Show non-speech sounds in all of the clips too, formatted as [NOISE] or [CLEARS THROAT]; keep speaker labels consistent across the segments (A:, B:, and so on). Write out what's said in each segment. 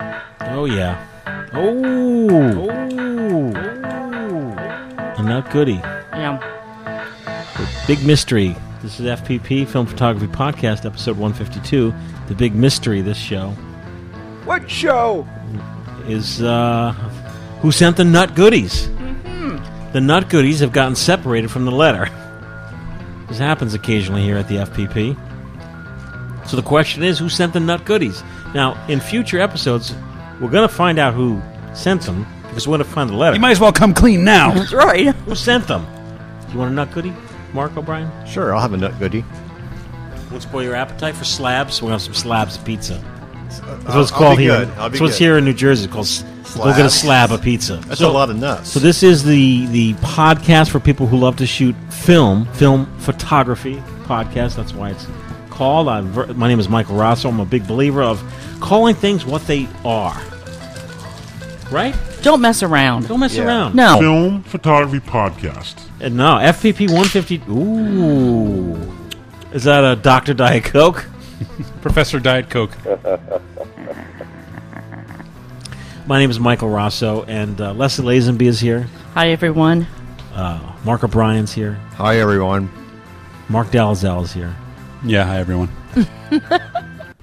A: Oh yeah. Oh. And not goody.
B: Yeah.
A: Big mystery. This is FPP Film Photography Podcast, episode 152. The big mystery. This show
C: What show?
A: is uh, who sent the nut goodies.
D: Mm-hmm.
A: The nut goodies have gotten separated from the letter. This happens occasionally here at the FPP. So the question is, who sent the nut goodies? Now, in future episodes, we're going to find out who sent them because we're going to find the letter.
D: You might as well come clean now.
B: That's right.
A: Who sent them? You want a nut goodie, Mark O'Brien?
E: Sure, I'll have a nut goodie.
A: Won't spoil your appetite for slabs. We're gonna have some slabs of pizza. That's
E: I'll-
A: what it's
E: Uh, I'll
A: called
E: be
A: here.
E: good. I'll be
A: That's what's
E: good.
A: here in New Jersey. It's called s- We'll get a
E: Slabs.
A: slab of pizza.
E: That's
A: So-
E: a lot of nuts.
A: So this is the the podcast for people who love to shoot film, film photography podcast. That's why it's called. I'm ver- my name is Michael Rosso. I'm a big believer of calling things what they are. Right?
B: Don't mess around.
A: Don't mess
E: Yeah.
A: around.
B: No.
F: Film Photography Podcast.
A: And no, FPP 150. Ooh. Is that a Dr. Diet Coke?
D: Professor Diet Coke.
A: My name is Michael Rosso, and uh, Leslie Lazenby is here.
B: Hi, everyone.
A: Uh, Mark O'Brien's here.
E: Hi, everyone.
A: Mark Dalzell is here.
D: Yeah, hi everyone.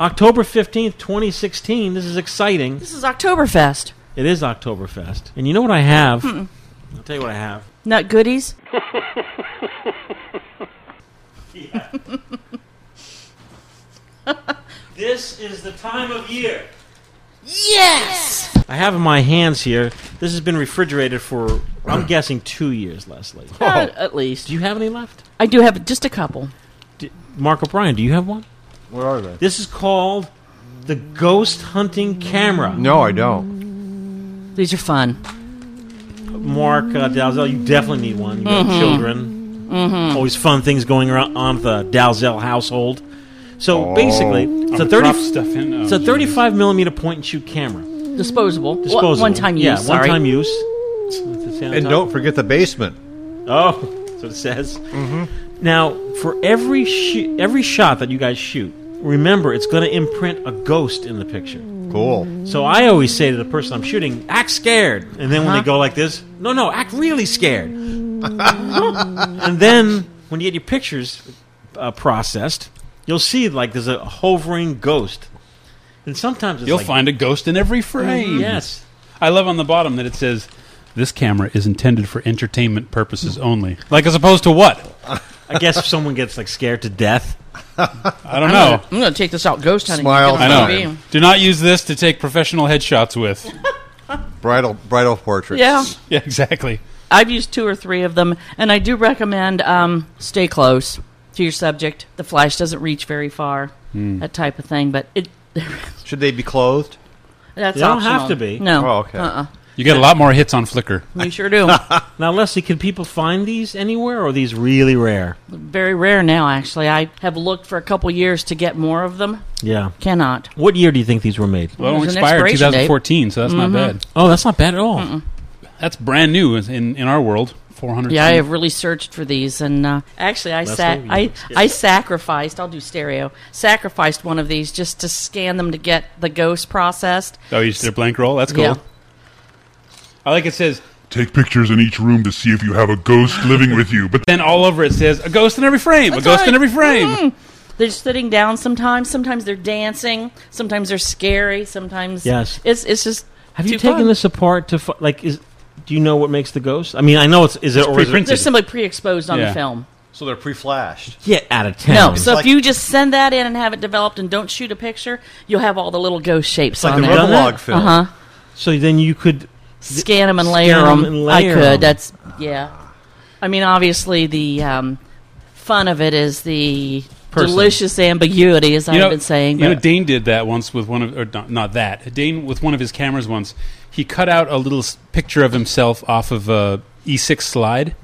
A: October 15th, 2016. This is exciting.
B: This is Oktoberfest.
A: It is Oktoberfest. And you know what I have? I'll tell you what I have.
B: Nut goodies.
A: This is the time of year.
B: Yes.
A: I have in my hands here. This has been refrigerated for, I'm guessing, two years, Leslie.
B: Uh, at least
A: Do you have any left?
B: I do have just a couple.
A: D- Mark O'Brien, do you have one?
E: Where are they?
A: This is called the Ghost Hunting Camera.
E: No, I don't.
B: These are fun.
A: Mark uh, Dalzell, you definitely need one. You got
B: Mm-hmm.
A: children. Always fun things going around on at the Dalzell household.
E: Oh,
A: So basically, it's a thirty.
D: Drop stuff in.
A: It's a thirty-five millimeter point-and-shoot camera.
B: Disposable. One-
A: Disposable.
B: One-time use.
A: Yeah,
B: sorry.
A: one-time use. It's- it's on
E: And
A: top.
E: don't forget the basement.
A: Oh, [LAUGHS] so it says.
E: Mm-hmm.
A: Now, for every sh- every shot that you guys shoot, remember it's going to imprint a ghost in the picture.
E: Cool.
A: So I always say to the person I'm shooting, act scared. And then when they go like this, no, no, act really scared. and then when you get your pictures uh, processed, you'll see like there's a hovering ghost. And sometimes it's
D: You'll
A: like,
D: find a ghost in every
B: Mm-hmm.
D: frame.
A: Yes.
D: I love on the bottom that it says this camera is intended for entertainment purposes only. Like as opposed to what?
A: I guess if someone gets like scared to death,
D: I
B: I'm
D: don't know.
B: gonna- I'm gonna take this out ghost hunting.
E: Smile
D: I
B: Get on
D: know.
B: TV.
D: Do not use this to take professional headshots
B: [LAUGHS]
D: with.
E: Bridal bridal portraits.
B: Yeah,
D: yeah, exactly.
B: I've used two or three of them, and I do recommend um, stay close to your subject. The flash doesn't reach very far, that type of thing. But it
E: Should they be clothed?
B: that's
A: They don't have
B: optional.
A: to be.
B: No.
E: Oh, okay.
B: Uh-uh.
D: You get a lot more hits on Flickr.
B: You sure
D: [LAUGHS]
B: do.
A: now Leslie, can people find these anywhere, or are these really rare?
B: Very rare now, actually. I have looked for a couple years to get more of them.
A: Yeah.
B: Cannot.
A: What year do you think these were made?
D: Well, it only
B: There's an
D: expired
B: expiration date. Mm-hmm.
D: 2014, so that's not
A: Oh, that's not bad at all.
D: bad. That's brand new in in our world. 400.
B: Yeah, I have really searched for these, and uh, actually, I sa-
A: Leslie, you-
B: I I sacrificed. I'll do stereo. Sacrificed one of these just to scan them to get the ghost processed.
D: Oh, you just did a blank roll. That's cool.
B: Yeah.
D: I like it says
F: Take pictures in each room to see if you have a [LAUGHS] ghost living with you, but
D: then all over it says a ghost in every frame,
B: That's
D: a ghost
B: right. Mm-hmm.
D: in every frame.
B: They're just sitting down sometimes. Sometimes they're dancing. Sometimes they're scary. Sometimes
A: Yes.
B: it's it's just.
A: Have you
B: too
A: taken
B: fun.
A: this apart to fi- like? Is do you know what makes the ghost? I mean, I know it's is it or is it,
D: pre-printed.
B: They're simply pre-exposed on
D: Yeah.
B: the film.
E: So they're pre-flashed.
A: get out of town. [LAUGHS]
B: No, so
E: like-
B: if you just send that in and have it developed and don't shoot a picture, you'll have all the little ghost shapes
E: It's like
B: on
E: the
B: there.
A: done that?
E: Rubberlog film.
B: Uh huh.
A: So then you could
B: Scan them and
A: Scan
B: layer
A: 'em
B: them.
A: and
B: I
A: layer
B: could.
A: 'em.
B: That's yeah. I mean, obviously the um, fun of it is the
A: Person.
B: delicious ambiguity, as I've been saying.
D: you know,
B: but-
D: Dane did that once with one of, or not, not that. Dane with one of his cameras once. He cut out a little s- picture of himself off of a
B: [LAUGHS]
D: E6 slide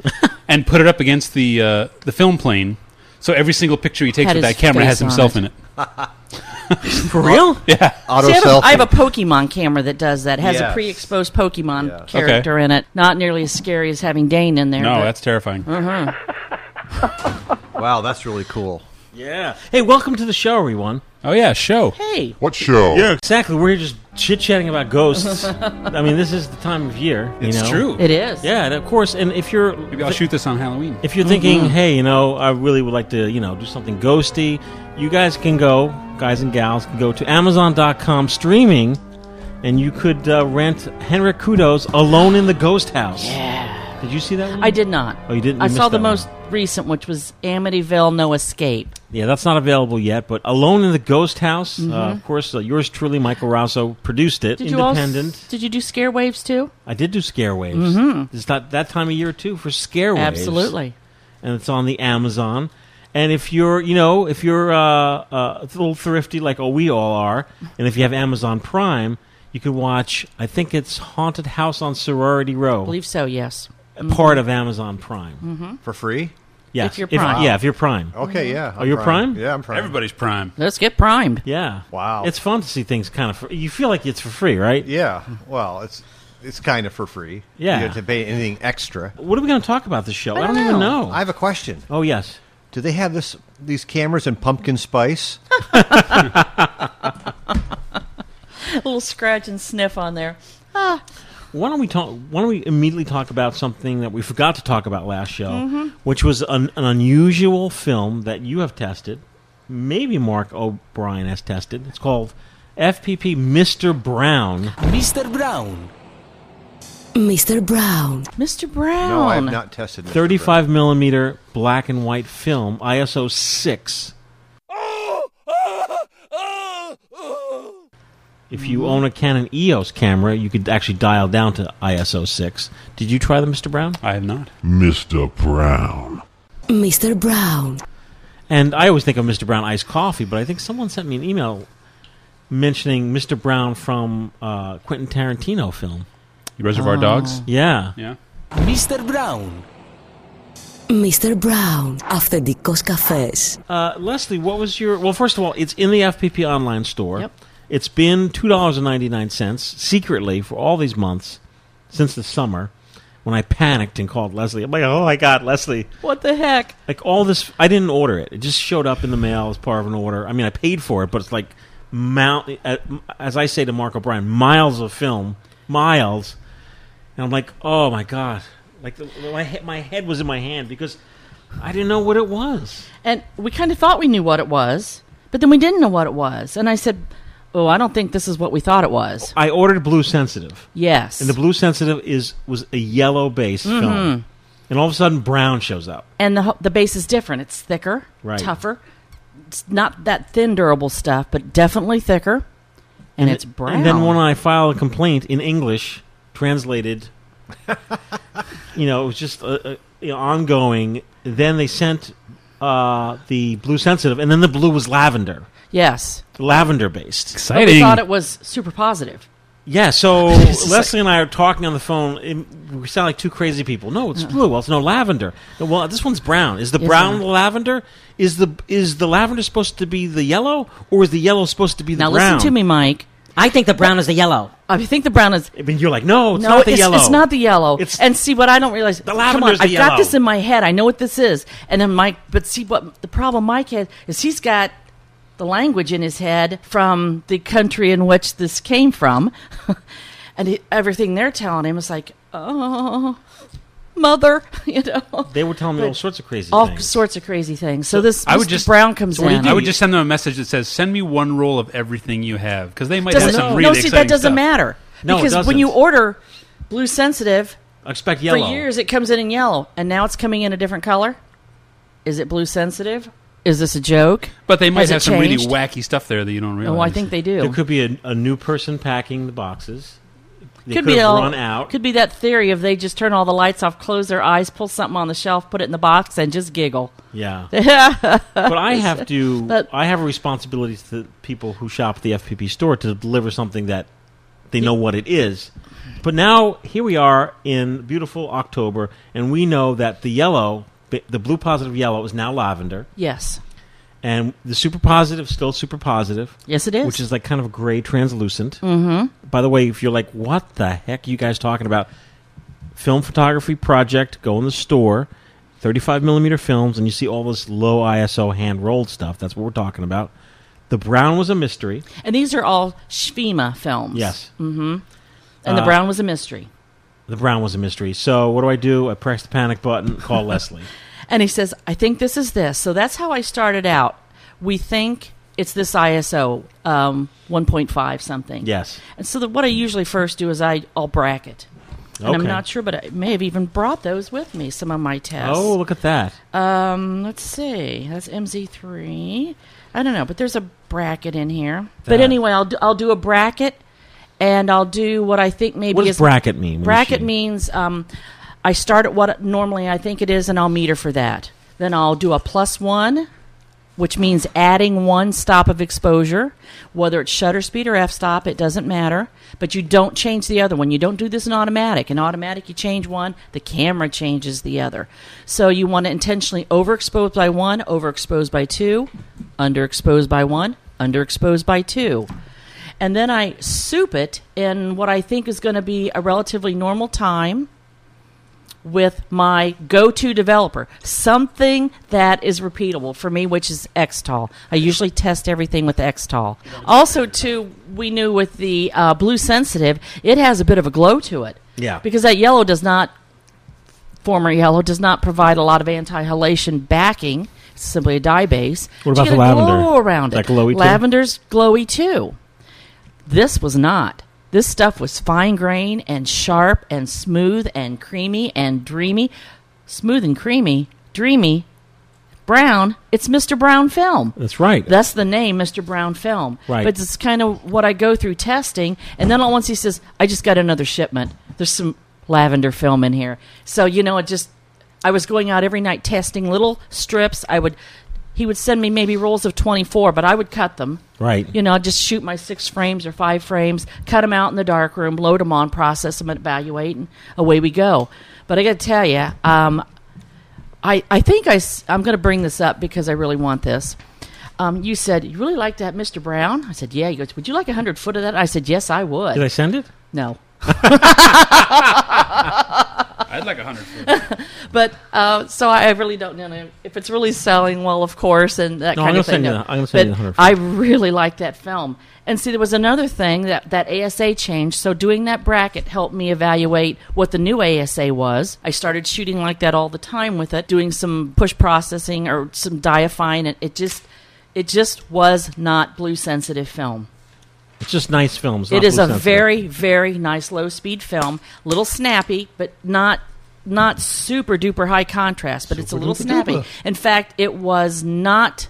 D: and put it up against the uh, the film plane. So every single picture he takes
B: Had
D: with
B: his
D: that camera has
B: face on
D: himself
B: it.
D: in it.
A: for real.
E: Auto
B: See, I, have
E: selfie.
B: a, I have a Pokemon camera that does that. It has a
E: Yes.
B: pre-exposed Pokemon
E: Okay.
B: character in it. Not nearly as scary as having Dane in there.
D: No,
B: but-
D: Oh, that's terrifying.
B: Mm-hmm.
E: wow, that's really cool.
A: Yeah. Hey, welcome to the show, everyone.
D: Oh yeah, show.
B: Hey,
F: What show?
G: Yeah.
A: Exactly. We're just chit chatting about ghosts. [LAUGHS] I mean, this is the time of year. you
D: It's
A: know?
D: true.
B: it is.
A: Yeah, and of course. And if you're
D: Maybe I'll shoot this on Halloween.
A: if you're thinking,
B: Mm-hmm.
A: hey, you know, I really would like to, you know, do something ghosty, you guys can go, guys and gals, can go to Amazon.com streaming, and you could uh, rent Henrik Kudo's "Alone in the Ghost House."
B: Yeah.
A: Did you see that? One?
B: I did not.
A: Oh, you didn't? You
B: I
A: missed
B: saw the
A: that one.
B: most recent, which was Amityville: No Escape.
A: Yeah, that's not available yet, but Alone in the Ghost House, uh, of course, uh, yours truly, Michael Rosso, produced it,
B: Mm-hmm. Did you all?
A: independent.
B: s- Did you do Scare Waves too?
A: I did do Scare Waves. It's not that time of year, too, for Scare Waves.
B: Absolutely.
A: And it's on the Amazon. And if you're, you know, if you're uh, uh, a little thrifty like oh, we all are, and if you have Amazon Prime, you can watch, I think it's Haunted House on Sorority
B: I
A: Row,
B: believe so. Yes.
A: part of Amazon Prime.
E: for free.
A: Yes.
B: If you're Prime.
A: yeah, if you're Prime.
E: Okay, yeah. I'm
A: Oh, you're Prime?
E: Yeah, I'm prime.
D: Everybody's prime.
B: Let's get primed.
A: Yeah.
E: Wow.
A: It's fun to see things kind of, for, you feel like it's for free, right?
E: Yeah. Well, it's it's kind of for free.
A: Yeah.
E: You don't have to pay anything extra.
A: What are we going to talk about this show? I
B: don't
A: even
B: know.
A: know.
E: I have a question.
A: oh yes.
E: Do they have this these cameras in pumpkin spice?
B: A little scratch and sniff on there.
A: Why don't we talk? Why don't we immediately talk about something that we forgot to talk about last show,
B: Mm-hmm.
A: which was an, an unusual film that you have tested, maybe Mark O'Brien has tested. It's called FPP Mr. Brown.
H: Mr. Brown.
I: Mr. Brown.
B: Mr. Brown.
E: No, I have not tested. Mr.
A: Thirty-five millimeter black and white film, ISO six. If you own a Canon EOS camera, you could actually dial down to ISO six. Did you try the Mr. Brown?
D: I have not.
F: Mr. Brown.
I: Mr. Brown.
A: And I always think of Mr. Brown iced coffee, but I think someone sent me an email mentioning Mr. Brown from uh, Quentin Tarantino film.
B: Oh.
D: Reservoir Dogs.
A: Yeah.
D: Yeah.
H: Mr. Brown.
I: Mr. Brown. Αυθεντικός καφές.
A: Uh, Leslie, what was your? Well, first of all, it's in the FPP online store.
B: Yep.
A: It's been two dollars and ninety nine cents secretly for all these months since the summer when I panicked and called Leslie. I'm like, oh my god, Leslie!
B: What the heck?
A: Like all this, I didn't order it. It just showed up in the mail as part of an order. I mean, I paid for it, but it's like mount uh, as I say to Mark O'Brien, miles of film, miles. And I'm like, oh my god! Like the, my he- my head was in my hand because I didn't know what it was.
B: And we kind of thought we knew what it was, but then we didn't know what it was. And I said, "Oh, I don't think this is what we thought it was."
A: I ordered Blue Sensitive.
B: Yes.
A: And the blue sensitive is was a yellow base
B: Mm-hmm.
A: film, and all of a sudden brown shows up.
B: and the ho- the base is different. It's thicker,
A: Right.
B: tougher. It's not that thin, durable stuff, but definitely thicker. And, it's brown.
A: And then when I filed a complaint in English,
B: [LAUGHS]
A: translated, you know, it was just uh, uh, you know, ongoing. Then they sent uh, the blue sensitive, and then the blue was lavender,
B: yes,
A: lavender based.
B: But we thought it was super positive.
A: Yeah,
B: [LAUGHS]
A: so Leslie and I are talking on the phone. and we sound like two crazy people. No, it's blue. Well, it's no lavender. No, Well, this one's brown. Is the
B: Uh-uh. Yes,
A: brown
B: sir.
A: the lavender? Is the is the lavender supposed to be the yellow, or is the yellow supposed to be the
B: Now
A: brown?
B: listen to me, Mike.
J: I think the brown is the yellow.
B: I think the brown is
A: I mean, you're like, no, it's
B: no,
A: not the
B: it's,
A: yellow.
B: it's not the yellow.
A: It's-
B: and see what I don't realize. The Come on,
A: lavender's the
B: I've
A: yellow.
B: got this in my head. I know what this is. And then Mike, but see what the problem Mike had is he's got the language in his head from the country in which this came from, [LAUGHS] and he, everything they're telling him is like, oh, mother, [LAUGHS] you know,
A: They were telling me all sorts of crazy
B: all
A: things.
B: sorts of crazy things. So, this
D: I would
B: Mr.
D: just-
B: Brown comes in.
D: I would just send them a message that says, "Send me one roll of everything you have," because they might
B: doesn't,
D: have some
B: no,
D: really
B: see that
D: exciting
B: doesn't
D: stuff.
B: matter
A: No, it
B: because
A: doesn't.
B: when you order blue sensitive.
A: Expect yellow.
B: For years, it comes in in yellow, and now it's coming in a different color. Is it blue sensitive? Is this a joke?
D: But they
B: Has
D: might
B: it
D: have some really
B: changed?
D: wacky stuff there that you don't realize.
B: Oh, I think they
A: there
B: do.
A: could be a, a new person packing the boxes. They
B: Could
A: have
B: all-
A: run out.
B: Could be that theory of they just turn all the lights off, close their eyes, pull something on the shelf, put it in the box, and just giggle.
A: yeah. but I have to.
B: But-
A: I have a responsibility to the people who shop at the FPP store to deliver something that they know what it is. But now here we are in beautiful October, and we know that the yellow, the the blue positive yellow, is now lavender,
B: Yes,
A: and the super positive is still super positive,
B: yes, it is.
A: which is like kind of a gray translucent. Mm-hmm. By the way, if you're like, what the heck, are you guys talking about? Film photography project. Go in the store. 35 millimeter films, and you see all this low ISO hand rolled stuff. That's what we're talking about. The Brown was a mystery.
B: And these are all Shvima films.
A: Yes. Uh,
B: And The Brown was a mystery.
A: The Brown was a mystery. So what do I do? I press the panic button,
B: [LAUGHS]
A: call Leslie.
B: And he says, I think this is this. So that's how I started out. We think it's this ISO um, 1.5 something.
A: Yes.
B: And so the, what I usually first do is I, I'll bracket. And I'm
A: Okay.
B: not sure, but I may have even brought those with me, some of my tests.
A: Oh, look at that.
B: Um, let's see. That's MZ3. I don't know, but there's a bracket in here. But
A: That-
B: anyway, I'll do, I'll do a bracket, and I'll do what I think maybe
A: What does
B: is
A: bracket mean? when
B: Bracket
A: you-
B: means um, I start at what normally I think it is, and I'll meter for that. Then I'll do a plus one, which means adding one stop of exposure, whether it's shutter speed or f stop, it doesn't matter. But you don't change the other one. You don't do this in automatic. In automatic, you change one, the camera changes the other. So you want to intentionally overexpose by one, overexpose by two, underexpose by one, underexpose by two and then I soup it in what I think is going to be a relatively normal time with my go-to developer, something that is repeatable for me, which is Xtol. I usually test everything with Xtol. Also, too, we knew with the uh, blue sensitive, it has a bit of a glow to it.
A: Yeah.
B: because that yellow does not former yellow does not provide a lot of anti-halation backing. It's simply a dye base.
A: What
B: But
A: about
B: you
A: the
B: get a
A: lavender?
B: Glow around
A: Is
B: it.
A: that glowy too?
B: Lavender's glowy too. This was not. This stuff was fine grain and sharp and smooth and creamy and dreamy. Smooth and creamy, dreamy. Brown. It's Mr. Brown film.
A: That's right.
B: That's the name, Mr. Brown Film.
A: Right.
B: But it's kind of what I go through testing, and then all at once he says, "I just got another shipment. There's some lavender film in here." So you know, it just I was going out every night testing little strips. I would he would send me maybe rolls of 24, but I would cut them.
A: Right.
B: You know, I'd just shoot my six frames or five frames, cut them out in the dark room, load them on, process them, and evaluate, and away we go. But I got to tell you, um, I, I think I, am going to bring this up because I really want this. Um, you said, You really like that, Mr. Brown? I said, Yeah. He goes, Would you like 100 foot of that? I said, Yes, I would.
A: Did I send it?
B: no.
D: I'd like
B: [LAUGHS]
D: a hundred.
B: But uh, so I really don't know if it's really selling well, of course, and that
A: No, I'm
B: kind
A: gonna
B: of thing.
A: send you
B: no.
A: the- I'm gonna send you
B: But
A: the 100
B: I really like that film. And see, there was another thing that that ASA changed. So doing that bracket helped me evaluate what the new ASA was. I started shooting like that all the time with it, doing some push processing or some diafine, and it just it just was not blue sensitive film.
A: It's just nice films.
B: It
A: not
B: is
A: blue
B: a
A: sensitive.
B: very, very nice low speed film. Little snappy, but not not super duper high contrast. But it's a little snappy. In fact, it was not.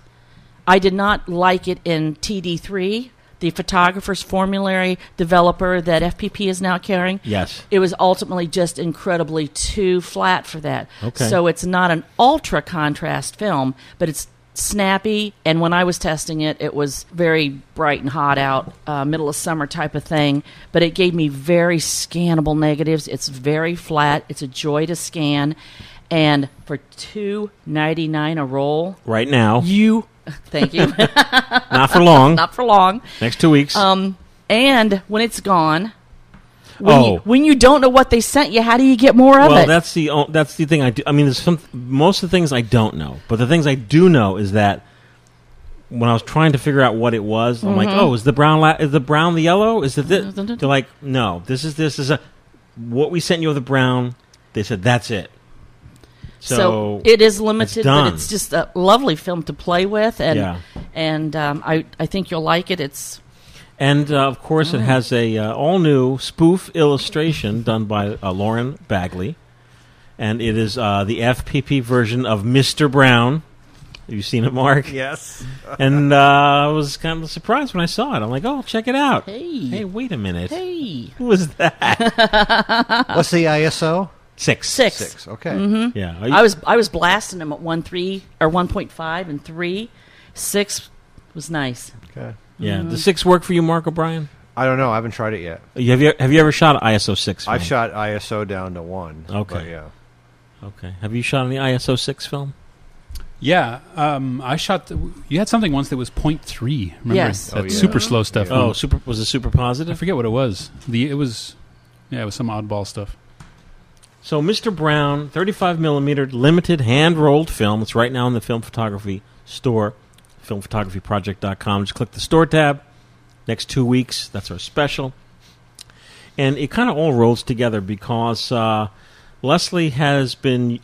B: I did not like it in TD three, the photographer's formulary developer that FPP is now carrying.
A: Yes.
B: it was ultimately just incredibly too flat for that.
A: Okay.
B: so it's not an ultra contrast film, but it's snappy. And when I was testing it, it was very bright and hot out, uh, middle of summer type of thing. But it gave me very scannable negatives. It's very flat. It's a joy to scan. And for two ninety nine a roll, [LAUGHS]
A: right now.
B: you thank you [LAUGHS]
A: Not for long.
B: not for long.
A: Next two weeks.
B: Um, and when it's gone, when,
A: oh,
B: you, when you don't know what they sent you, how do you get more of
A: well,
B: it?
A: that's the o- that's the thing. I do. I mean, there's some most of the things I don't know, but the things I do know is that when I was trying to figure out what it was, I'm
B: Mm-hmm.
A: like, oh, is the brown la- is the brown the yellow? Is it this? They're like, no, this is this is a what we sent you of the brown. They said that's it. So,
B: it is limited,
A: done.
B: but it's just a lovely film to play with, and
A: Yeah.
B: and um, I I think you'll like it. It's
A: and uh, of course
B: Mm-hmm.
A: it has a uh, all new spoof illustration done by uh, Lauren Bagley, and it is uh, the FPP version of Mister Brown. Have you seen it, Mark?
B: [LAUGHS]
E: Yes.
A: and uh, I was kind of surprised when I saw it. I'm like, oh, check it out.
B: Hey.
A: hey, wait a minute.
B: hey
A: Who was that?
E: What's the ISO?
A: Six.
B: six.
E: Six. Okay.
B: Mm-hmm.
A: Yeah.
B: I was I was blasting them at one three or one point five and three, six was nice.
E: Okay.
A: yeah.
B: Mm-hmm.
A: The six work for you, Mark O'Brien?
E: I don't know. I haven't tried it yet.
A: You- Have you have you ever shot an ISO six? Film?
E: I've shot ISO down to one.
A: Okay.
E: but yeah.
A: Okay. Have you shot any ISO six film?
D: Yeah, um, I shot. The, you had something once that was point three. Remember?
B: Yes.
D: that
E: Oh, yeah.
D: super slow stuff.
A: Oh, super was it super
D: I
A: positive?
D: forget what it was. The it was, yeah, it was some oddball stuff.
A: So, Mr. Brown, 35 millimeter limited hand rolled film. It's right now in the film photography store. filmphotographyproject.com. Just click the store tab. Next two weeks, that's our special. And it kind of all rolls together because uh, Leslie has been.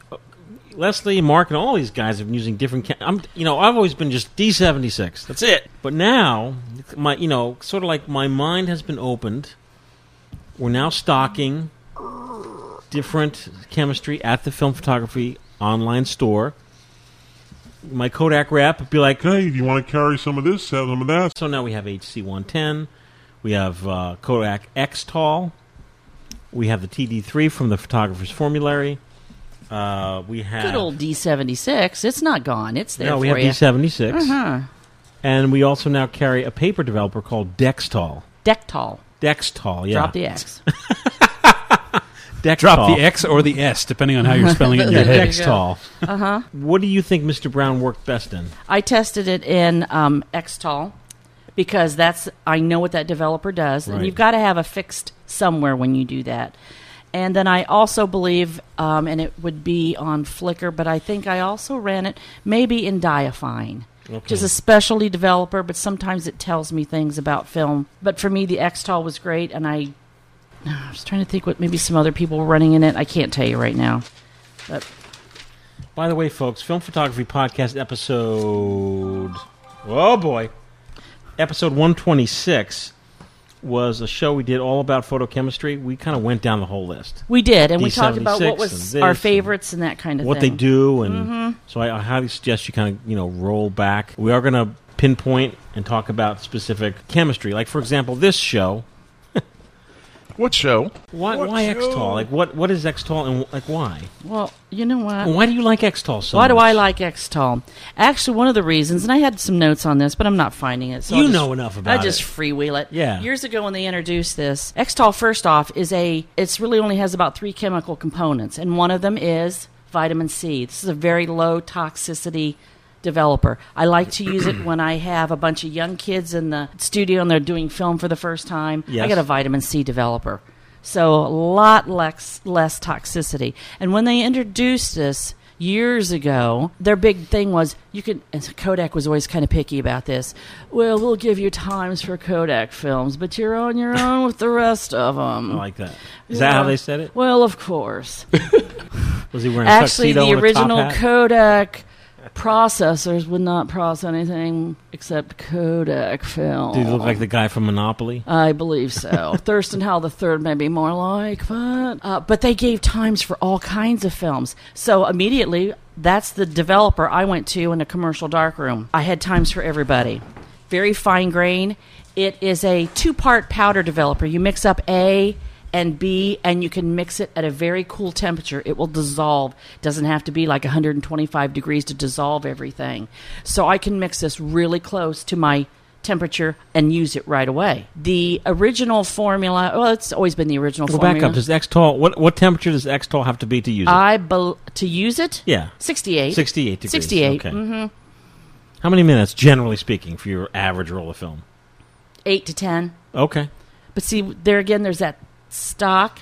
A: Leslie, Mark, and all these guys have been using different. Ca- I'm, you know, I've always been just D seventy six. That's it. But now, my, you know, sort of like my mind has been opened. We're now stocking different chemistry at the film photography online store. My Kodak rep would be like,
F: Okay, if you want to carry some of this, have some of that.
A: so now we have HC 110, we have uh, Kodak X Tall, we have the TD3 from the Photographer's Formulary, uh, we have
B: Good old D seventy six. It's not gone. It's there
A: no, we
B: for
A: have
B: you.
A: D76,
B: uh-huh.
A: and we also now carry a paper developer called Dextol.
B: Dectol.
A: Dextol, yeah,
B: Drop the X.
A: Dextol.
D: Drop the X or the S, depending on how you're
B: [LAUGHS]
D: spelling it in your
A: Yeah,
D: head.
A: Dextol. Uh
B: Uh-huh.
A: huh. what do you think Mr. Brown worked best in?
B: I tested it in um, Xtol because that's I know what that developer does,
A: Right.
B: and you've got to have a fixed somewhere when you do that. And then I also believe, um, and it would be on Flickr, but I think I also ran it maybe in Diafine, which is a specialty developer, but sometimes it tells me things about film. But for me, the Xtol was great, and I, [SIGHS] I was trying to think what maybe some other people were running in it. I can't tell you right now.
A: By the way, folks, Film Photography Podcast episode. Oh boy. Episode 126 was a show we did all about photochemistry. We kind of went down the whole list.
B: We did, and we talked about what
A: D76
B: was
A: and
B: our
A: this and
B: favorites and that kind of
A: What they
B: thing.
A: do, and
B: Mm-hmm.
A: so I, I highly suggest you kind of you know roll back. We are going to pinpoint and talk about specific chemistry, like for example, this show.
G: What show?
A: Why,
C: What
A: why
C: show?
A: Xtol? Like what? What is Xtol, and like why?
B: Well, you know what?
A: And why do you like Xtol so?
B: Why do I
A: much?
B: like Xtol? Actually, one of the reasons, and I had some notes on this, but I'm not finding it. So
A: You
B: I'll just-
A: know enough about
B: I just
A: it.
B: freewheel it.
A: Yeah.
B: Years ago, when they introduced this, Xtol first off is a. It's really only has about three chemical components, and one of them is vitamin C. This is a very low toxicity developer. I like to use it when I have a bunch of young kids in the studio and they're doing film for the first time.
A: Yes.
B: I got a vitamin C developer. So a lot less, less toxicity. And when they introduced this years ago, their big thing was you can, and Kodak was always kind of picky about this. Well, we'll give you times for Kodak films, but you're
A: [LAUGHS]
B: on your own with the rest of them.
A: I like that. Is that how they said it?
B: Well, of course.
A: Was he wearing a
B: Actually,
A: tuxedo and
B: the
A: a top
B: original
A: hat?
B: Kodak processors would not process anything except Kodak film.
A: Did he look like the guy from Monopoly?
B: I believe so. [LAUGHS] Thurston Howell III may be more like, but uh, but they gave times for all kinds of films. So immediately, that's the developer I went to in a commercial darkroom. I had times for everybody. Very fine grain. It is a two part powder developer. You mix up A and B, and you can mix it at a very cool temperature. It will dissolve. Doesn't have to be like 125 degrees to dissolve everything. So I can mix this really close to my temperature and use it right away. The original formula, well, it's always been the original
A: Go
B: formula.
A: back up. Does Xtol what what temperature does Xtol have to be to use it?
B: I bel to use it.
A: Yeah.
B: 68.
A: 68 degrees.
B: 68.
A: Okay.
B: mm,
A: How many minutes, generally speaking, for your average roll of film?
B: 8 to 10.
A: Okay.
B: But see, there again, there's that stock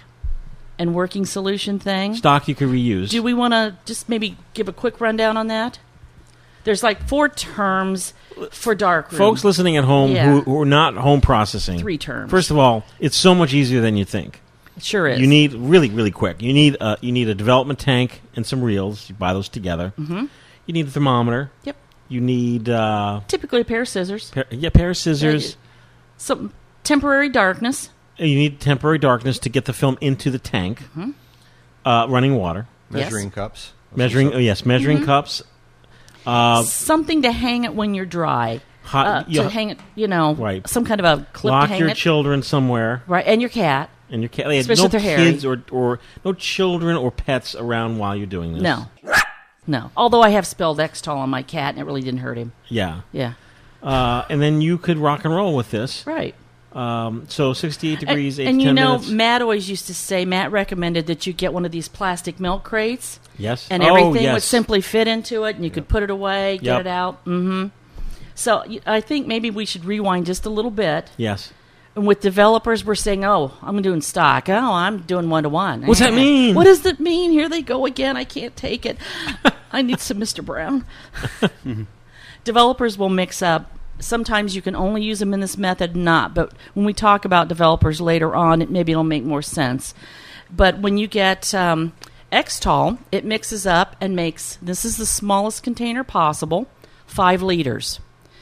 B: and working solution thing.
A: Stock you could reuse.
B: Do we want to just maybe give a quick rundown on that? There's like four terms for dark room.
A: Folks listening at home
B: Yeah.
A: who, who are not home processing.
B: Three terms.
A: First of all, it's so much easier than you think.
B: It sure is.
A: You need really, really quick. You need a, you need a development tank and some reels. You buy those together. Mm-hmm. You need a thermometer.
B: Yep.
A: You need uh,
B: Typically a pair of scissors.
A: pair, yeah, pair of scissors.
B: Some temporary darkness.
A: You need temporary darkness to get the film into the tank.
B: Mm-hmm.
A: Uh, running water.
E: Measuring
B: Yes.
E: cups.
A: Measuring, oh, yes, measuring
B: Mm-hmm.
A: cups. Uh,
B: Something to hang it when you're dry.
A: Hot-
B: Uh,
A: yeah.
B: to hang it, you know,
A: Right.
B: some kind of a clip to
A: lock
B: hang
A: your
B: it.
A: children somewhere,
B: right, and your cat.
A: and your cat. They had
B: Especially
A: no
B: if they're hairy.
A: kids or or no children or pets around while you're doing this.
B: No. No. Although I have spelled Xtol on my cat and it really didn't hurt him.
A: Yeah.
B: Yeah.
A: Uh, and then you could rock and roll with this.
B: Right.
A: Um, so 68
B: And-
A: degrees,
B: and,
A: 8 to 10
B: you know,
A: minutes.
B: Matt always used to say, Matt recommended that you get one of these plastic milk crates.
A: yes.
B: and
A: Oh,
B: everything would
A: yes.
B: simply fit into it, and you could put it away, get
A: Yep.
B: it out. hmm So y- I think maybe we should rewind just a little bit.
A: Yes.
B: And with developers, we're saying, "Oh, I'm doing stock. Oh, I'm doing one to one."
A: What's that mean?
B: What does that [LAUGHS] mean? Here they go again. I can't take it. I need some Mr. Brown. developers will mix up. Sometimes you can only use them in this method, not. But when we talk about developers later on, it, maybe it'll make more sense. But when you get um, Xtol, it mixes up and makes this is the smallest container possible, five liters.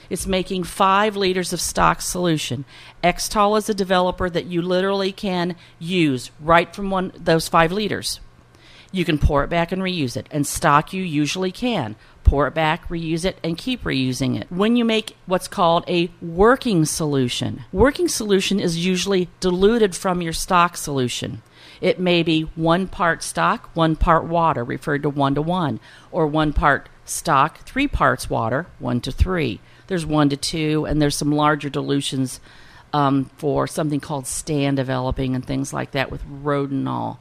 B: It's making five liters of stock solution. Xtol is a developer that you literally can use right from one those five liters. You can pour it back and reuse it, and stock you usually can. Pour it back, reuse it, and keep reusing it. When you make what's called a working solution, working solution is usually diluted from your stock solution. It may be one part stock, one part water, referred to one to one, or one part stock, three parts water, one to three. There's one to two, and there's some larger dilutions um, for something called stand developing and things like that with rodinol.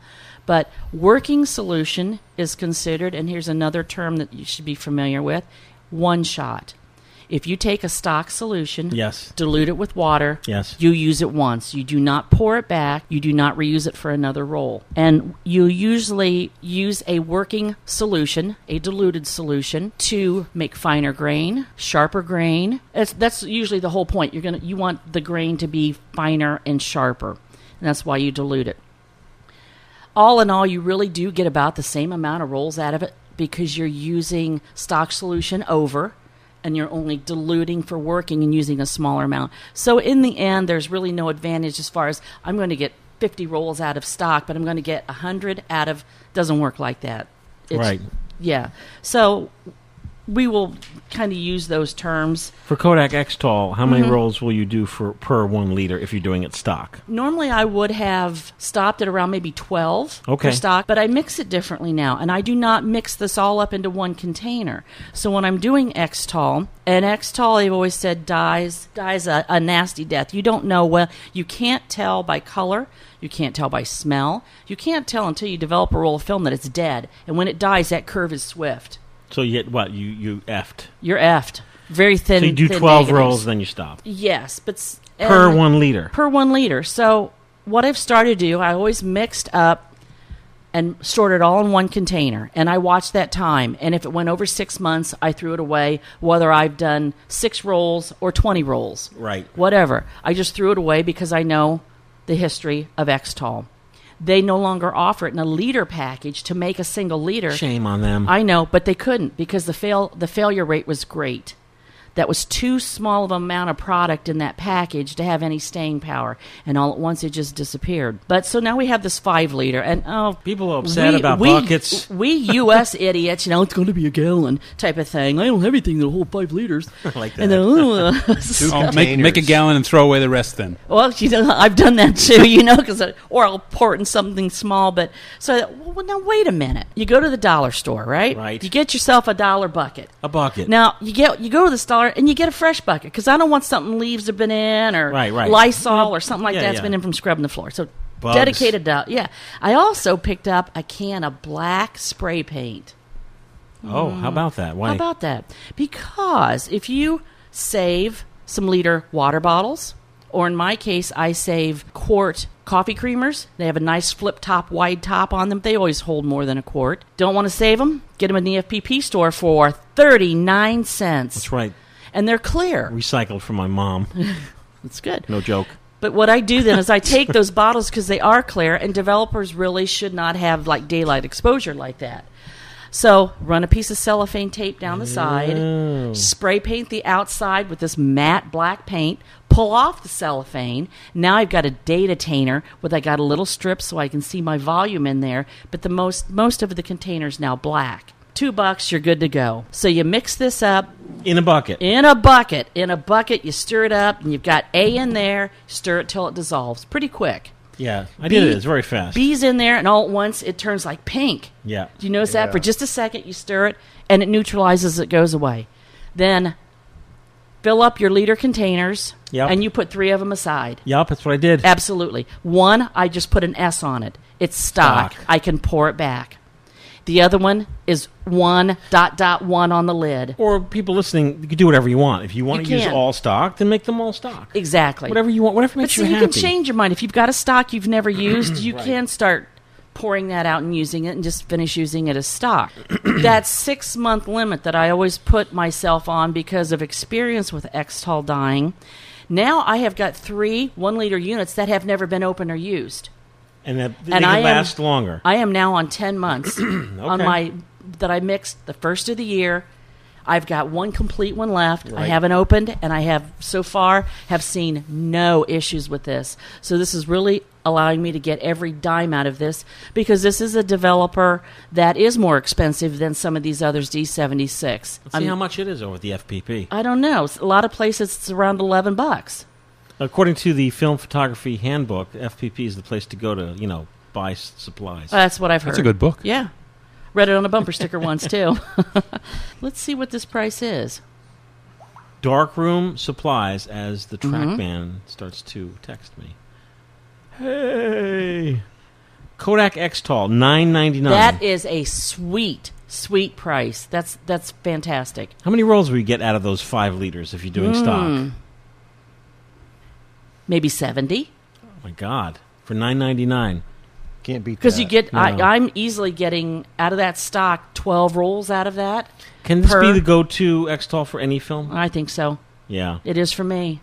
B: But working solution is considered, and here's another term that you should be familiar with one shot. If you take a stock solution,
A: Yes.
B: dilute it with water,
A: Yes.
B: you use it once. You do not pour it back. You do not reuse it for another roll. And you usually use a working solution, a diluted solution, to make finer grain, sharper grain. It's, that's usually the whole point. You're gonna you want the grain to be finer and sharper, and that's why you dilute it. All in all, you really do get about the same amount of rolls out of it because you're using stock solution over and you're only diluting for working and using a smaller amount. So in the end, there's really no advantage as far as I'm going to get 50 rolls out of stock, but I'm going to get 100 out of. Doesn't work like that.
A: Right.
B: Yeah. So we will kind of use those terms.
A: For Kodak Xtol, how many
B: Mm-hmm.
A: rolls will you do for per one liter if you're doing it stock?
B: Normally, I would have stopped at around maybe 12
A: Okay.
B: per stock, but I mix it differently now, and I do not mix this all up into one container. So when I'm doing Xtol, and Xtol, they've always said dies dies a, a nasty death. You don't know well. You can't tell by color. You can't tell by smell. You can't tell until you develop a roll of film that it's dead. And when it dies, that curve is swift.
A: So you get what you you effed.
B: You're effed. Very thin.
A: So you do
B: thin
A: twelve
B: negatives.
A: rolls, then you stop
B: Yes, but s-
A: per
B: and-
A: one liter.
B: per one liter. So what I've started to do, I always mixed up and stored it all in one container, and I watched that time. And if it went over six months, I threw it away. Whether I've done six rolls or twenty rolls,
A: Right.
B: Whatever, I just threw it away because I know the history of Xtol. They no longer offer it in a liter package to make a single liter.
A: Shame on them.
B: I know, but they couldn't because the fail the failure rate was great. That was too small of amount of product in that package to have any staying power, and all at once it just disappeared. But so now we have this five liter, and oh,
A: People are upset about buckets.
B: We U.S. [LAUGHS] idiots, you know, it's going to be a gallon type of thing. I don't have anything that'll hold
A: [LAUGHS]
B: five liters.
A: Like
B: And then, "Ugh."
E: Two
D: Oh, make, make a
E: containers.
D: gallon and throw away the rest then.
B: [LAUGHS] Well, you know, I've done that too, you know, because or I'll pour it in something small. But so that, well, now wait a minute. You go to the dollar store, right?
A: Right.
B: You get yourself a dollar bucket.
A: a bucket.
B: Now you get you go to the store and you get a fresh bucket because I don't want something leaves have been in or
A: Right, right.
B: Lysol or something like
A: Yeah,
B: that has
A: yeah.
B: been in from scrubbing the floor. So
A: Bugs.
B: dedicated to yeah. I also picked up a can of black spray paint.
A: oh, how about that? Why?
B: How about that? Because if you save some liter water bottles, or in my case, I save quart coffee creamers. They have a nice flip top, wide top on them. They always hold more than a quart. Don't want to save them? Get them in the FPP store for 39 cents.
A: That's right.
B: And they're clear.
A: Recycled from my mom.
B: That's good. [LAUGHS]
A: No joke.
B: But what I do then is I take those [LAUGHS] bottles because they are clear, and developers really should not have like daylight exposure like that. So run a piece of cellophane tape down the side, spray paint the outside with this matte black paint, pull off the cellophane. Now I've got a data tainer with I got a little strip so I can see my volume in there, but the most most of the container's now black. Two bucks, you're good to go. So you mix this up,
A: In a bucket.
B: in a bucket. In a bucket, you stir it up, and you've got A in there. Stir it till it dissolves. Pretty quick.
A: yeah, I did it. It's very fast.
B: B's in there, and all at once it turns like pink.
A: Yeah.
B: Do you notice that? For just a second, you stir it, and it neutralizes. It goes away. Then fill up your liter containers,
A: Yep.
B: and you put three of them aside.
A: Yup, that's what I did.
B: Absolutely. One, I just put an S on it. It's stock.
A: Stock.
B: I can pour it back. The other one is one dot dot one on the lid.
A: or people listening, you can do whatever you want. If you want
B: You
A: to use
B: can.
A: all stock, then make them all stock.
B: Exactly.
A: Whatever you want, whatever
B: But
A: makes
B: see,
A: you
B: you
A: happy. [CLEARS THROAT]
B: can change your mind. If you've got a stock you've never used, you can start pouring that out and using it and just finish using it as stock. [CLEARS THROAT] that six month limit that I always put myself on because of experience with Xtol dyeing. Now I have got three one liter units that have never been opened or used.
A: and that they
B: And
A: can
B: I am-
A: last longer.
B: I am now on 10 months
A: [CLEARS THROAT]
B: on
A: Okay.
B: my that I mixed the first of the year. I've got one complete one left. I haven't opened and I have so far have seen no issues with this. So this is really allowing me to get every dime out of this because this is a developer that is more expensive than some of these others D76.
A: Let's see
B: I'm-
A: how much it is over at the FPP.
B: I don't know. A lot of places it's around 11 bucks.
A: According to the Film Photography Handbook, FPP is the place to go to, you know, buy s- supplies.
B: That's what I've heard.
D: That's a good book.
B: Yeah. Read it on a bumper sticker once too. [LAUGHS] Let's see what this price is.
A: Darkroom supplies as the
B: Mm-hmm.
A: TrackMan starts to text me. Hey. Kodak Xtol, nine ninety nine.
B: That is a sweet, sweet price. That's that's fantastic.
A: How many rolls will you get out of those five liters if you're doing
B: Hmm.
A: stock?
B: Maybe seventy
A: Oh my God, for nine ninety nine.
E: Can't beat
B: because
E: that.
B: you get.
A: no.
B: I, I'm easily getting out of that stock twelve rolls out of that.
A: Can this be
B: Per-
A: the go to Xtol for any film?
B: I think so.
A: Yeah.
B: It is for me.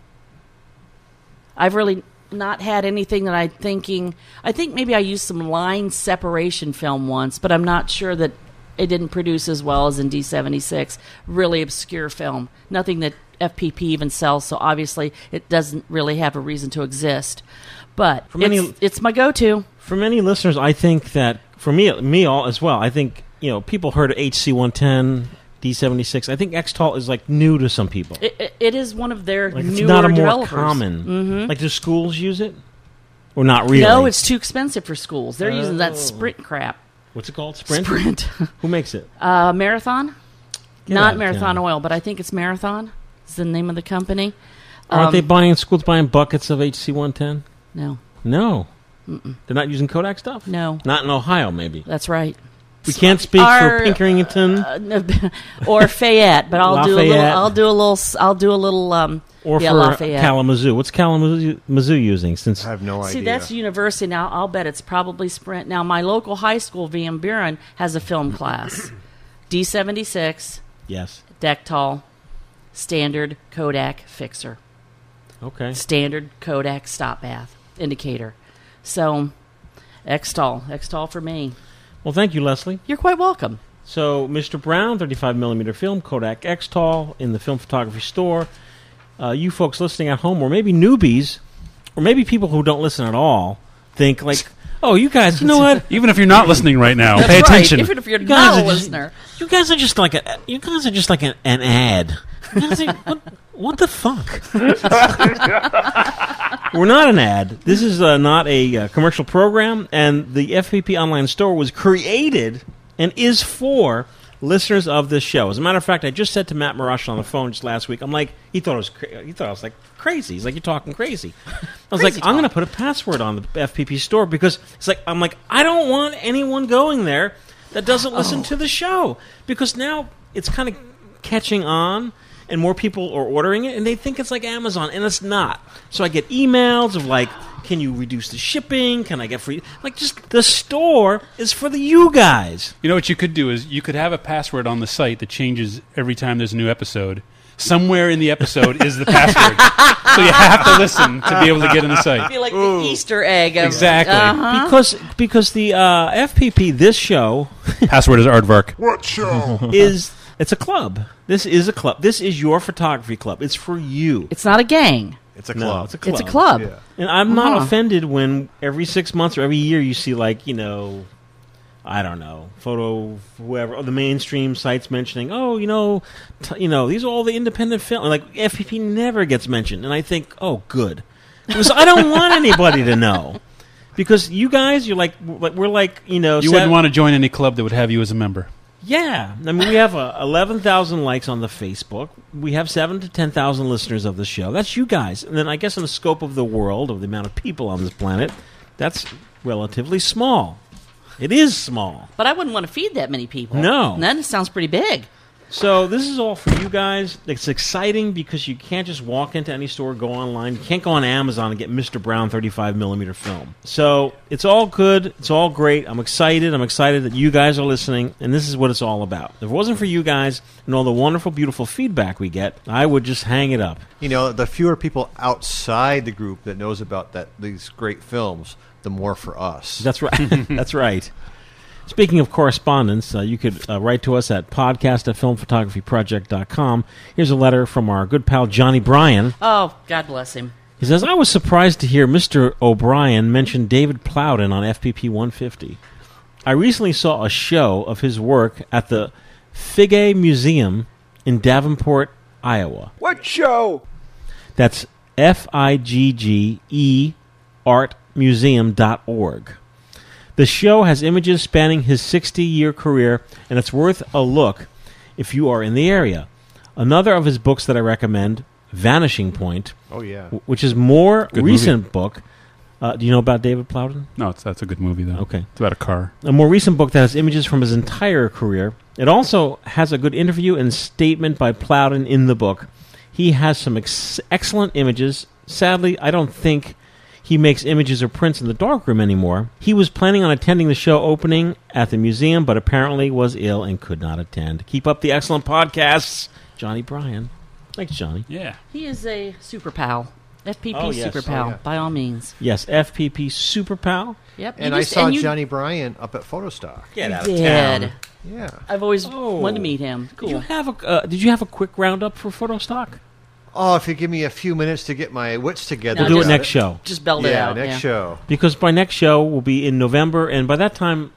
B: I've really not had anything that I'm thinking. I think maybe I used some line separation film once, but I'm not sure that it didn't produce as well as in D76. Really obscure film. Nothing that FPP even sells, so obviously it doesn't really have a reason to exist. But
A: For many-
B: it's, it's my go to.
A: For many listeners, I think that for me, me all as well. I think you know people heard of HC one ten, D seventy six. I think Xtol is like new to some people.
B: It, it- it is one of their
A: like
B: newer
A: it's not a more
B: developers. Mm-hmm.
A: common. Like do schools use it? Or not really?
B: No, it's too expensive for schools. They're using that Sprint crap.
A: what's it called? Oh. Sprint.
B: Sprint. [LAUGHS]
A: Who makes it?
B: Uh, Marathon?
A: out
B: Not
A: of
B: Marathon
A: town.
B: Oil, but I think it's Marathon. Is the name of the company? Um,
A: Aren't they buying schools buying buckets of HC one ten?
B: No,
A: No, they're not using Kodak stuff.
B: No.
A: not in Ohio. Maybe
B: that's right. [LAUGHS]
A: we can't speak
B: Our-
A: for Pinkerington
B: Uh, no, or Fayette, but I'll do a little.
A: Lafayette.
B: I'll do a little. s- I'll do a little. Um,
A: or
B: yeah,
A: for
B: Lafayette.
A: Kalamazoo. What's Kalamazoo Mizzou using? Since
E: I have no
B: See,
E: idea.
B: that's university now. I'll bet it's probably Sprint. Now, my local high school, VM Buren, has a film
A: [CLEARS THROAT]
B: class. D seventy six,
A: yes,
B: Dectol, standard Kodak fixer.
A: okay.
B: standard Kodak stop bath indicator. So, Xtol, Xtol for me.
A: Well, thank you, Leslie.
B: You're quite welcome.
A: So, Mr. Brown, 35 millimeter film, Kodak Xtol in the film photography store. Uh, you folks listening at home, or maybe newbies, or maybe people who don't listen at all, think
B: [LAUGHS]
A: like, "Oh, you guys, you know what?
D: Even if you're not listening right now,
B: That's
D: pay
B: right.
D: attention.
B: If, you're- if you're
A: You guys
B: not a
A: are just-
B: listener,
A: You guys are just like a, you guys are just like an, an ad. You guys are- what, what the fuck? We're not an ad. This is uh, not a uh, commercial program, and the FPP online store was created and is for listeners of this show. As a matter of fact, I just said to Matt Marash on the phone just last week. I'm like, he thought it was cra- he thought I was like crazy. He's like, you're talking crazy. I was
B: Crazy
A: like, I'm going to put a password on the FPP store because it's like I'm like I don't want anyone going there that doesn't listen to the show because now it's kind of catching on and more people are ordering it and they think it's like Amazon and it's not. So I get emails of like can you reduce the shipping? Can I get free like just the store is for the you guys.
D: You know what you could do is you could have a password on the site that changes every time there's a new episode. Somewhere in the episode is the password, so you have to listen to be able to get on the site.
B: be like the Easter egg. Of, uh-huh.
D: Exactly.
A: Because because the uh, FPP this
B: [LAUGHS]
A: show
D: Password is aardvark.
F: What [LAUGHS] show?
A: is it's a club. This is a club. This is your photography club. It's for you.
B: It's not a gang.
E: it's a
A: No,
E: club.
A: it's a club.
B: It's a club.
E: Yeah.
A: And I'm not
B: Uh-huh.
A: offended when every six months or every year you see like you know, I don't know, photo whoever or the mainstream sites mentioning oh you know, t- you know these are all the independent film like FPP never gets mentioned, and I think oh good because I don't want anybody to know because you guys you're like we're we're like you know
D: You
A: Sav-
D: wouldn't want to join any club that would have you as a member.
A: yeah, I mean, we have uh, eleven thousand likes on the Facebook. We have seven to ten thousand listeners of the show. That's you guys, and then I guess in the scope of the world, of the amount of people on this planet, that's relatively small. It is small.
B: But I wouldn't want to feed that many people.
A: No.
B: And that sounds pretty big.
A: So this is all for you guys. It's exciting because you can't just walk into any store, go online. You can't go on Amazon and get Mr. Brown 35 millimeter film. So it's all good. It's all great. I'm excited. I'm excited that you guys are listening, and this is what it's all about. If it wasn't for you guys and all the wonderful, beautiful feedback we get, I would just hang it up.
E: You know, the fewer people outside the group that knows about that these great films, the more for us.
A: That's right. That's right. Speaking of correspondence, uh, you could uh, write to us at podcast at filmphotographyproject.com. Here's a letter from our good pal Johnny Bryan.
B: Oh, God bless him.
A: He says, I was surprised to hear Mr. O'Brien mention David Plowden on FPP 150. I recently saw a show of his work at the Figge Museum in Davenport, Iowa.
C: What show?
A: That's F I G G E artmuseum.org. The show has images spanning his 60 year career, and it's worth a look if you are in the area. Another of his books that I recommend, Vanishing Point,
E: Oh yeah.
A: wh- which is more
D: Good
A: recent book. Uh, do you know about David Plowden?
D: No, it's, that's a good movie though.
A: Okay.
D: it's about a car.
A: a more recent book that has images from his entire career. It also has a good interview and statement by Plowden in the book. He has some ex- excellent images. Sadly, I don't think he makes images or prints in the darkroom anymore. He was planning on attending the show opening at the museum, but apparently was ill and could not attend. Keep up the excellent podcasts, Johnny Bryan. Thanks, Johnny.
D: Yeah,
B: He is a super pal. FPP
A: Oh, yes.
B: super pal,
E: Oh, yeah.
B: by all means.
A: Yes, FPP Super Pal.
B: Yep.
E: And
B: you
E: I
B: just-
E: saw
B: you
E: Johnny Bryan up at Photostock.
A: Get out
B: Did.
E: Yeah.
B: I've always
A: Oh.
B: wanted to meet him. Cool.
A: Did you have a uh, Did you have a quick roundup for photo stock?
E: Oh, if you give me a few minutes to get my wits together,
A: We'll
B: No,
A: do it
B: just-
A: next show.
B: Just belled it
E: Yeah,
B: out.
E: next
B: yeah.
E: show.
A: because by next show will be in November, and by that time,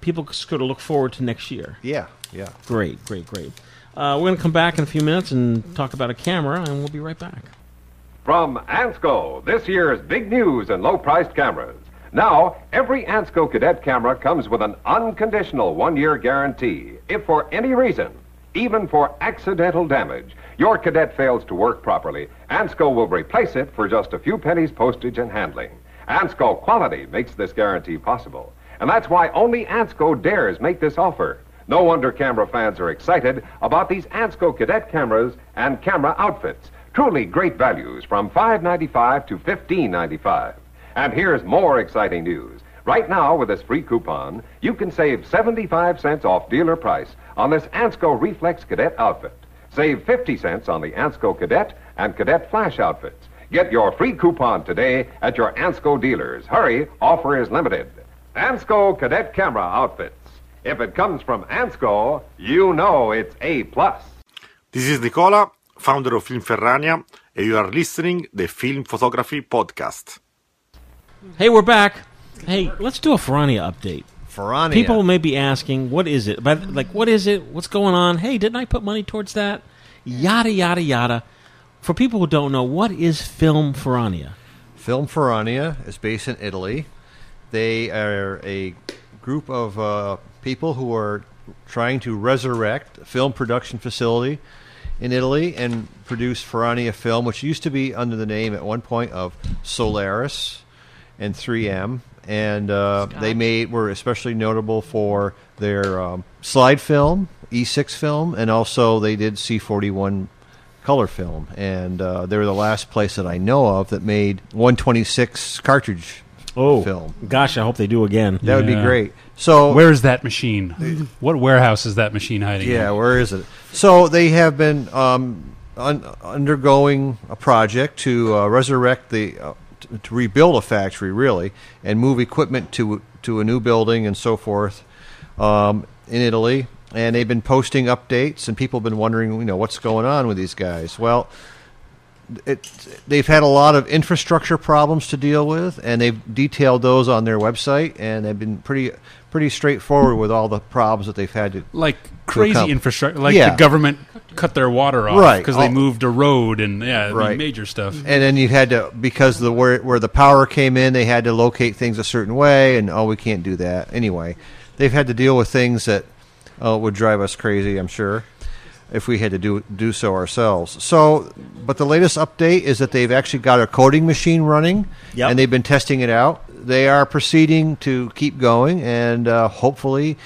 A: people c- sort of look forward to next year.
E: Yeah, yeah.
A: Great, great, great. Uh, we're going to come back in a few minutes and talk about a camera, and we'll be right back.
J: From Ansco, this year's big news in low priced cameras. Now, every Ansco cadet camera comes with an unconditional one year guarantee. If for any reason, even for accidental damage, your cadet fails to work properly, Ansco will replace it for just a few pennies postage and handling. Ansco quality makes this guarantee possible. And that's why only Ansco dares make this offer. No wonder camera fans are excited about these Ansco cadet cameras and camera outfits. Truly great values from $5.95 to $15.95. And here's more exciting news. Right now, with this free coupon, you can save 75 cents off dealer price on this Ansco Reflex Cadet outfit. Save 50 cents on the Ansco Cadet and Cadet Flash outfits. Get your free coupon today at your Ansco dealers. Hurry, offer is limited. Ansco Cadet Camera Outfits. If it comes from Ansco, you know it's A. plus.
K: This is Nicola, founder of Film Ferrania, and you are listening the Film Photography Podcast.
A: Hey, we're back. Hey, let's do a Ferrania update.
E: Ferrania.
A: People may be asking, what is it? But like, what is it? What's going on? Hey, didn't I put money towards that? Yada yada yada. For people who don't know, what is film Ferrania?
E: Film Ferrania is based in Italy. They are a group of uh, people who are trying to resurrect a film production facility in Italy and produce Ferrania film, which used to be under the name at one point of Solaris and 3M. And uh, they made were especially notable for their um, slide film, E6 film, and also they did C41 color film, and uh, they were the last place that I know of that made 126 cartridge
A: Oh,
E: film.
A: gosh, I hope they do again.
E: That would be
D: Yeah.
E: great. So
D: where is that machine? what warehouse is that machine hiding? in?
E: Yeah, where is it? So they have been um, un- undergoing a project to uh, resurrect the, uh, to, to rebuild a factory really, and move equipment to to a new building and so forth um, in Italy. And they've been posting updates, and people have been wondering, you know, what's going on with these guys. Well, it, they've had a lot of infrastructure problems to deal with, and they've detailed those on their website, and they've been pretty pretty straightforward with all the problems that they've had to
D: like crazy
E: account-
D: infrastructure. Like
E: Yeah.
D: the government cut their water off
E: Right.
D: because they
E: All-
D: moved a road and yeah, it'd be
E: Right.
D: major stuff.
E: and then you had to because the where where the power came in, they had to locate things a certain way, and oh, we can't do that anyway. They've had to deal with things that uh, would drive us crazy, I'm sure, if we had to do do so ourselves. So, but the latest update is that they've actually got a coding machine running,
A: Yep.
E: and they've been testing it out. They are proceeding to keep going, and uh, hopefully,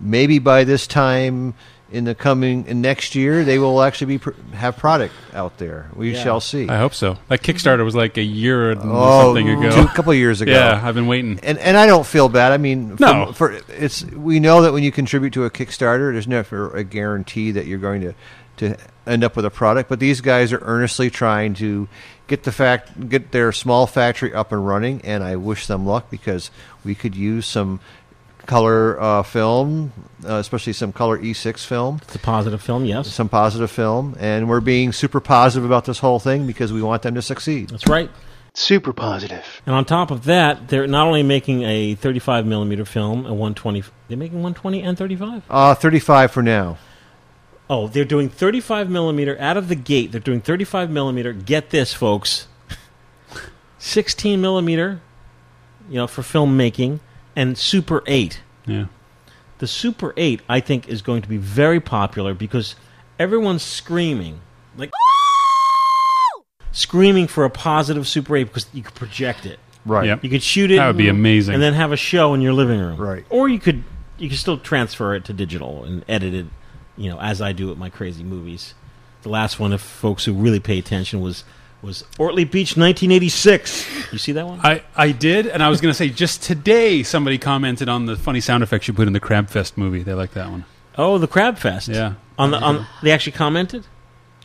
E: maybe by this time in the coming in next year, they will actually be pr- have product out there. We
D: Yeah.
E: shall see.
D: I hope so. That Kickstarter was like a year or
E: Oh,
D: something ago,
E: two- a couple years ago.
D: Yeah, I've been waiting.
E: And and I don't feel bad. I mean, for-
D: No.
E: for, it's we know that when you contribute to a Kickstarter, there's never a guarantee that you're going to to end up with a product. But these guys are earnestly trying to get the fact get their small factory up and running, and I wish them luck because we could use some color uh, film, uh, especially some color E6 film.
A: It's a positive film, yes.
E: Some positive film, and we're being super positive about this whole thing because we want them to succeed.
A: That's right.
L: Super positive.
A: And on top of that, they're not only making a 35 millimeter film, a 120. They're making 120 and 35.
E: Uh, 35 for now.
A: Oh, they're doing 35 millimeter out of the gate. They're doing 35 millimeter. Get this, folks. 16 millimeter, you know, for filmmaking, and Super 8.
D: Yeah.
A: The Super 8, I think, is going to be very popular because everyone's screaming, like, screaming for a positive Super 8 because you could project it.
E: Right.
D: Yep.
A: You could shoot it.
D: That would be amazing.
A: And then have a show in your living room.
E: Right.
A: Or you could you could still transfer it to digital and edit it, you know, as I do with my crazy movies. The last one, if folks who really pay attention, was was Ortley Beach, 1986. You see that one?
D: I, I did, and I was going to say just today somebody commented on the funny sound effects you put in the Crab Fest movie. They like that one.
A: Oh, the Crab Fest.
D: Yeah.
A: On the on, they actually commented.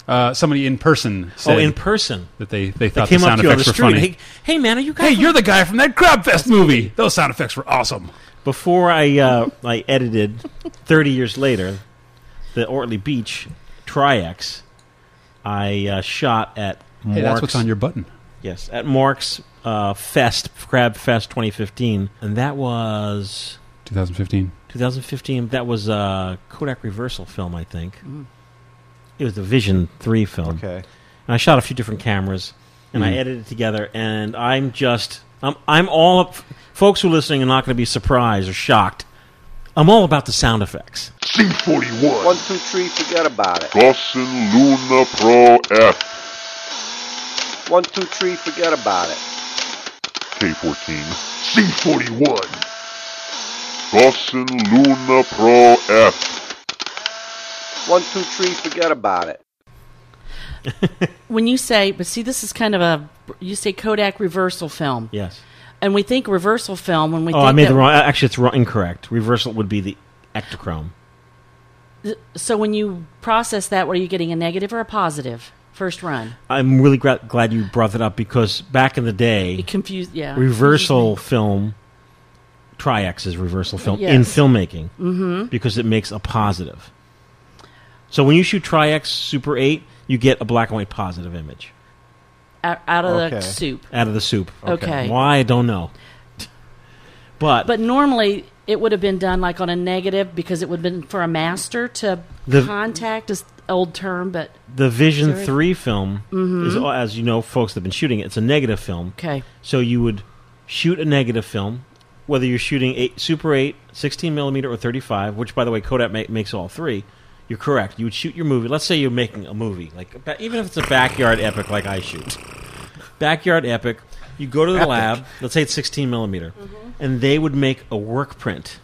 D: Uh, somebody in person said
A: oh, in person.
D: that they, they thought
A: came
D: the
A: up
D: sound
A: to you on
D: effects
A: the
D: were
A: street,
D: funny.
A: "Hey- Hey, man, are you
D: Hey, you're the guy from that Crab Fest movie. Those sound effects were awesome.
A: Before I uh, I edited 30 years later, the Ortley Beach Tri-X, I uh, shot at Mork's.
D: Hey, that's what's on your button.
A: Yes, at Mork's uh, Fest, Crab Fest 2015. And that was
D: 2015.
A: 2015. That was a Kodak reversal film, I think.
D: Mm.
A: It was the Vision 3 film.
E: Okay.
A: And I shot a few different cameras and I
D: Mm.
A: edited it together and I'm just I'm I'm all up folks who are listening are not going to be surprised or shocked. I'm all about the sound effects.
F: Scene 41.
M: One, two, three, forget about it.
F: Dawson Luna Pro F.
M: One, two, three, forget about it.
F: K14. Scene 41. Dawson Luna Pro F.
M: One, two, three, forget about it.
B: When you say, but see, this is kind of a you say Kodak reversal film.
A: Yes.
B: And we think reversal film when we
A: oh,
B: think
A: I made
B: that,
A: the wrong actually it's wrong incorrect. Reversal would be the ectochrome.
B: So when you process that, were you getting a negative or a positive first run?
A: I'm really gra- glad you brought that up because back in the day,
B: It confused- yeah,
A: reversal film, Tri-X is reversal film in
B: Yes.
A: filmmaking
B: Mhm.
A: because it makes a positive. So when you shoot Tri-X Super 8, you get a black and white positive image
B: Out, out of the soup.
A: out of the soup.
B: Okay. Okay.
A: why I don't know, but
B: But normally it would have been done like on a negative because it would have been for a master to
A: The-
B: contact is the old term, but
A: the Vision
B: Is there a-
A: Three film is,
B: Mhm.
A: as you know, folks that have been shooting it. It's a negative film.
B: Okay.
A: So you would shoot a negative film, whether you're shooting eight, Super 8, 16 millimeter, or 35. Which, by the way, Kodak ma- makes all three. You're correct. You would shoot your movie. Let's say you're making a movie, like a ba- even if it's a backyard epic, like I shoot. Backyard epic. You go to the
N: Epic.
A: lab. Let's say it's 16 millimeter,
B: Mm-hmm.
A: and they would make a work print.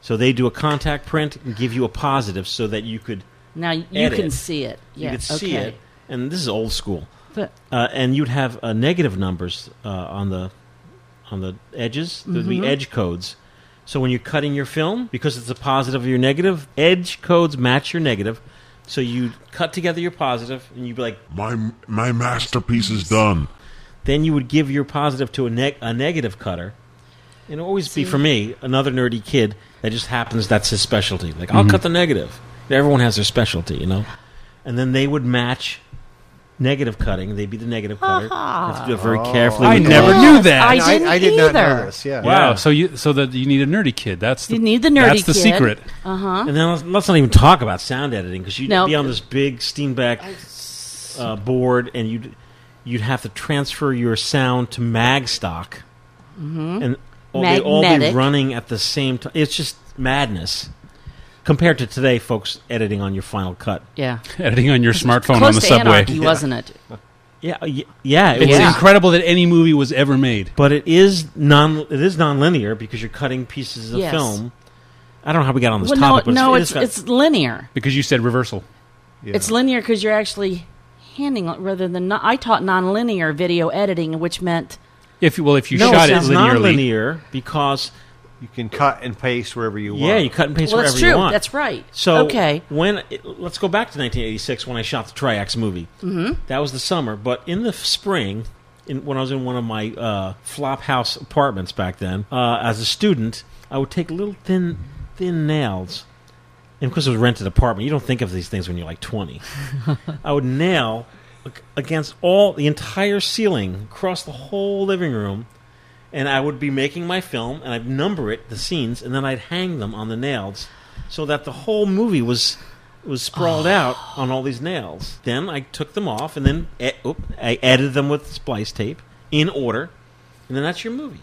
A: So they do a contact print and give you a positive, so that you could
B: now you
A: edit.
B: can see it.
A: You
B: Yeah,
A: could see
B: okay.
A: it, and this is old school.
B: But-
A: uh, and you'd have uh, negative numbers uh, on the on the edges. There'd
N: Mhm.
A: be edge codes. So when you're cutting your film, because it's a positive or your negative, edge codes match your negative. So you cut together your positive, and you'd be like,
F: My, my masterpiece is done.
A: then you would give your positive to a, neg- a negative cutter. And it would always be
N: See?
A: for me another nerdy kid that just happens that's his specialty. Like I'll
D: Mm-hmm.
N: Mhm.
A: cut the negative. Everyone has their specialty, you know. And then they would match negative cutting. They'd be the negative cutter. You have to do it very
E: Oh.
A: carefully.
D: I
A: with the
D: never
A: line.
D: knew that.
B: I didn't
E: I did not know
B: either.
E: this, yeah.
D: Wow.
A: Yeah.
D: So you so that you need a nerdy kid. That's the,
B: You need the nerdy
D: That's the
B: kid.
D: secret.
B: Uh-huh.
A: And then let's, let's not even talk about sound editing because you'd
B: No.
A: be on this big Steenbeck uh, board, and you'd you'd have to transfer your sound to mag stock,
B: Mhm.
A: and all, they'd all be
B: Magnetic.
A: running at the same time. It's just madness compared to today, folks. Editing on your Final Cut,
B: Yeah.
D: Editing on your smartphone
B: Close
D: on the
B: to
D: subway.
B: anarchy, wasn't it?
A: Yeah, y- yeah,
D: It's incredible that any movie was ever made.
A: But it is non it is non-linear because you're cutting pieces of
B: Yes.
A: film. I don't know how we got on this
B: Well,
A: topic.
B: no,
A: but
B: no,
A: it's,
B: it's, it's linear.
D: Because you said reversal.
B: It's linear because you're actually handing it rather than non- I taught nonlinear video editing, which meant
D: If you, well, if you
A: No,
D: shot it
A: it's
D: linearly,
A: non-linear because
E: you can cut and paste wherever you
A: Yeah, you cut and paste
B: Well,
A: wherever
B: that's
A: you
B: true.
A: want.
B: That's right.
A: So
B: Okay.
A: when it, let's go back to 1986 when I shot the Triax movie.
B: Mhm.
A: That was the summer, but in the f- spring, in, when I was in one of my uh, flop house apartments back then, uh, as a student, I would take little thin thin nails. And of course, it was a rented apartment. You don't think of these things when you're like
B: [LAUGHS]
A: 20. I would nail ag- against all the entire ceiling across the whole living room, and I would be making my film, and I'd number it, the scenes, and then I'd hang them on the nails, so that the whole movie was was
B: Oh.
A: sprawled out on all these nails. Then I took them off, and then e- oop, I added them with splice tape in order, and then that's your movie.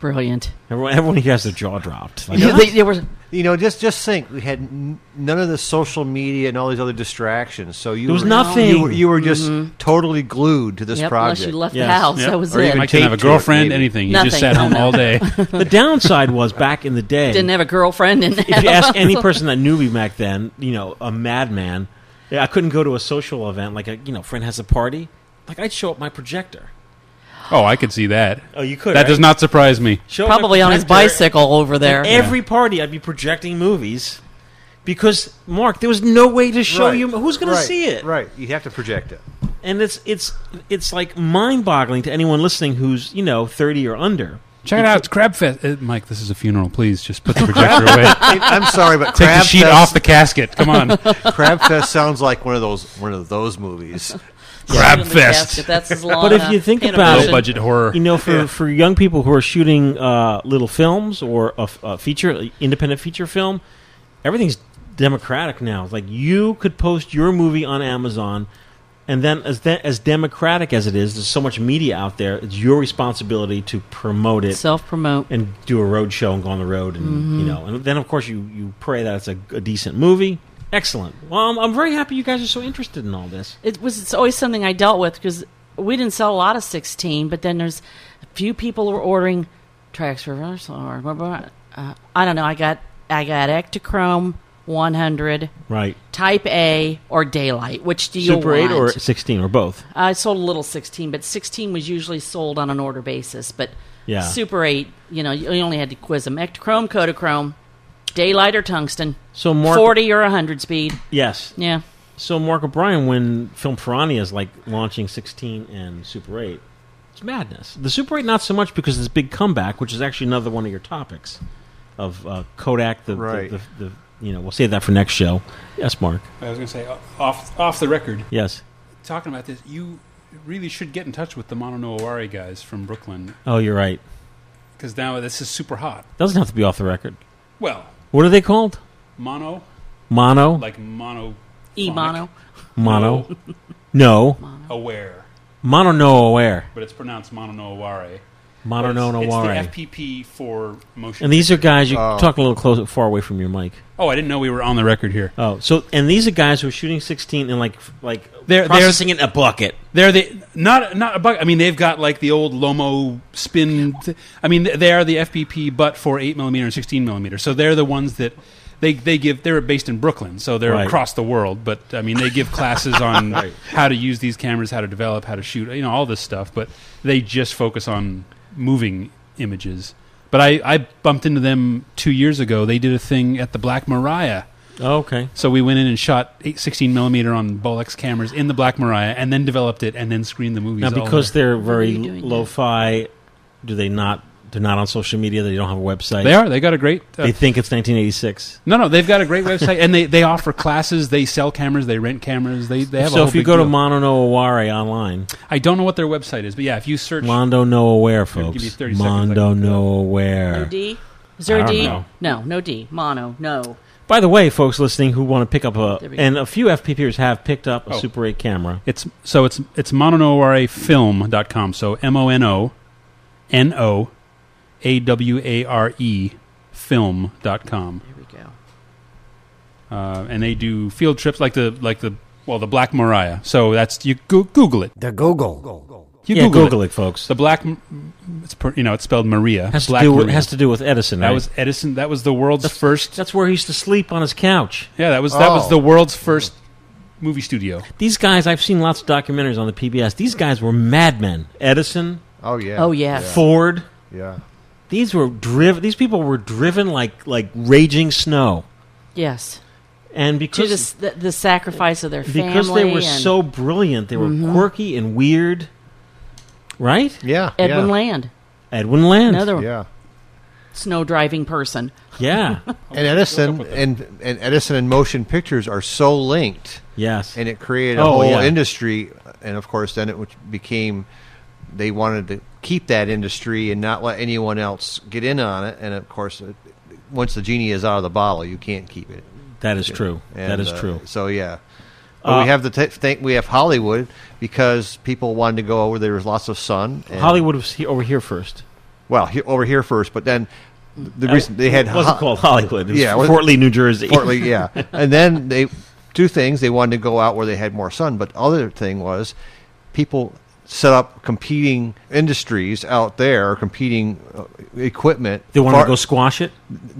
B: brilliant.
A: Everyone, everyone here has their jaw dropped. Like,
B: [LAUGHS]
E: Yeah,
A: "What?"
E: you know, just just think, we had n- none of the social media and all these other distractions. So you
A: There was
E: were,
A: nothing.
E: You were, you were just
A: Mhm.
E: totally glued to this
B: Yep, unless
E: project.
B: you left the Yes. house, Yep. that was
E: or
B: it.
E: even
B: I couldn't
E: taped
B: have a
E: to it,
D: girlfriend,
E: maybe.
D: anything. You
B: Nothing.
D: just sat home all day.
A: the downside was back in the day.
B: Didn't have a girlfriend and [LAUGHS]
A: if you ask any person that knew me back then, you know, a madman, yeah, I couldn't go to a social event like a you know friend has a party. Like I'd show up my projector.
D: Oh, I could see that.
A: Oh, you could,
D: That
A: right?
D: does not surprise me.
A: Show up my
B: Probably on his
A: projector.
B: bicycle over there.
A: At every party, I'd be projecting movies because Mark, there was no way to show
E: Right.
A: you who's going
E: Right.
A: to see it.
E: Right, you have to project it.
A: And it's it's it's like mind boggling to anyone listening who's you know thirty or under.
D: Check it out. It's Crab Fest. Uh, Mike, this is a funeral. Please just put the projector away.
E: I'm sorry, but
D: Take
E: Crab
D: the sheet
E: Fest-
D: off the [LAUGHS] casket. Come on.
E: Crab Fest sounds like one of those one of those movies.
D: Crab Put it in the Fest.
B: casket, that's as long
A: But if you think about it,
D: budget horror.
A: You know, for,
D: Yeah.
A: for young people who are shooting uh, little films or a, f- a feature, independent feature film, everything's democratic now. It's like you could post your movie on Amazon, and then as then as democratic as it is, there's so much media out there. It's your responsibility to promote it,
B: self promote,
A: and do a road show and go on the road, and you
B: Mhm.
A: know, and then of course you you pray that it's a, a decent movie. Excellent. Well, I'm, I'm very happy you guys are so interested in all this.
B: it was it's always something I dealt with because we didn't sell a lot of 16, but then there's a few people were ordering tracks reversal or blah, blah, blah. Uh, I don't know. I got I got Ektachrome 100,
A: Right.
B: Type A or Daylight. Which do you
A: Super 8
B: want?
A: or 16 or both.
B: Uh, I sold a little 16, but 16 was usually sold on an order basis. But
A: Yeah.
B: Super 8, you know, you you only had to quiz them. Ektachrome, Kodachrome, Daylight or Tungsten.
A: So Mark-
B: 40 or 100 speed.
A: Yes.
B: Yeah.
A: So Mark O'Brien, when Film Piranha is like launching 16 and Super 8, it's madness. The Super 8 not so much because of this big comeback, which is actually another one of your topics of uh, Kodak. The, the-
D: Right.
A: The, the, you know, we'll save that for next show. Yes, Mark.
D: I was going to say o- off off the record.
A: Yes.
D: Talking about this, you really should get in touch with the Mono Owari guys from Brooklyn
A: Oh, you're right.
D: because now this is super hot.
A: Doesn't have to be off the record.
D: Well,
A: What are they called?
D: mono,
A: Mono.
D: like mono,
B: E mono.
A: Mono. No.
D: aware,
A: Mono no aware.
D: but it's pronounced Mono no Owari.
A: Mono no
D: But
A: Owari.
D: It's, it's the FPP for motion.
A: And these are guys you
D: Oh.
A: talk a little close, far away from your mic.
D: Oh, I didn't know we were on the record here.
A: Oh, so and these are guys who are shooting 16 and like like
D: They're- they're-
A: processing it in a bucket.
D: They're the not not a bug. I mean, they've got like the old Lomo spin. Th- I mean, th- they are the FPP, but for eight millimeter and sixteen millimeter. So they're the ones that they they give. They're based in Brooklyn, so they're
A: Right.
D: across the world. But I mean, they give classes
A: [LAUGHS]
D: on
A: Right.
D: how to use these cameras, how to develop, how to shoot, you know, all this stuff. But they just focus on moving images. But I, I bumped into them two years ago. They did a thing at the Black Mariah.
A: Oh, okay.
D: So we went in and shot eight, 16 millimeter on Bolex cameras in the Black Mariah, and then developed it, and then screened the movies.
A: Now,
D: all
A: because
D: there.
A: they're very lo-fi, do they not? They're not on social media. They don't have a website.
D: They are. They got a great, uh,
A: they think it's 1986.
D: no, no, they've got a great website, and they, they offer classes. They sell cameras. They rent cameras. They they have. a
A: So
D: whole
A: if you
D: big
A: go to
D: deal.
A: Mono No Aware online,
D: I don't know what their website is, but yeah, if you search
A: Mondo No Aware,
D: Give me
A: folks.
D: 30 seconds, I can
A: Mondo No
B: No
A: Aware.
B: D? Is there
A: I
B: a
A: don't
B: D?
A: know.
B: No, no D. Mono, no.
A: By the way, folks listening who want to pick up a
B: There we go.
A: and a few FPPers have picked up a
D: Oh.
A: Super 8 camera.
D: It's so it's it's mononoware.film.com. So M O N O N O A W A R E film.com.
B: There we go.
D: Uh, and they do field trips like the like the well the Black Mariah. So that's you go- Google it.
N: The Google.
D: You
A: Yeah,
D: Google,
A: Google it, folks.
D: The black, M- it's per- you know, it's spelled Maria.
A: Has to
D: black
A: do with-
D: Maria.
A: has to do with Edison,
D: That
A: right?
D: was Edison. That was the world's first.
A: That's where he used to sleep on his couch.
D: Yeah, that was that was
A: Oh.
D: the world's first movie studio.
A: These guys, I've seen lots of documentaries on the PBS. These guys were madmen. Edison.
E: Oh, yeah. Oh, yeah. Yeah.
A: Ford.
E: Yeah.
A: These were driven. These people were driven like like raging snow,
B: Yes.
A: and
B: To
A: because
B: just the, the sacrifice of their family.
A: because they were
B: and
A: so brilliant, they were
B: Mhm.
A: quirky and weird, right?
E: Yeah.
B: Edwin Land,
A: Edwin Land.
B: Another one.
E: Yeah.
B: snow driving person. [LAUGHS]
A: Yeah.
E: and Edison and, and Edison and motion pictures are so linked.
A: Yes.
E: And it created a
A: Oh,
E: whole
A: yeah.
E: industry. And of course, then it which became they wanted to keep that industry and not let anyone else get in on it. And of course, it, once the genie is out of the bottle, you can't keep it. uh,
A: That is true. That
D: uh,
A: is true. Uh,
E: So yeah. But we have the t- thing. We have Hollywood because people wanted to go over. There was lots of sun. and-
A: Hollywood was he- over here first.
E: Well, he- over here first, but then the
A: Uh,
E: reason they had
A: it wasn't called Hollywood. It was Fort Lee, New Jersey.
E: Fort Lee, yeah. and then they two things they wanted to go out where they had more sun, but other thing was people set up competing industries out there, competing uh, equipment.
A: They wanted to go squash it,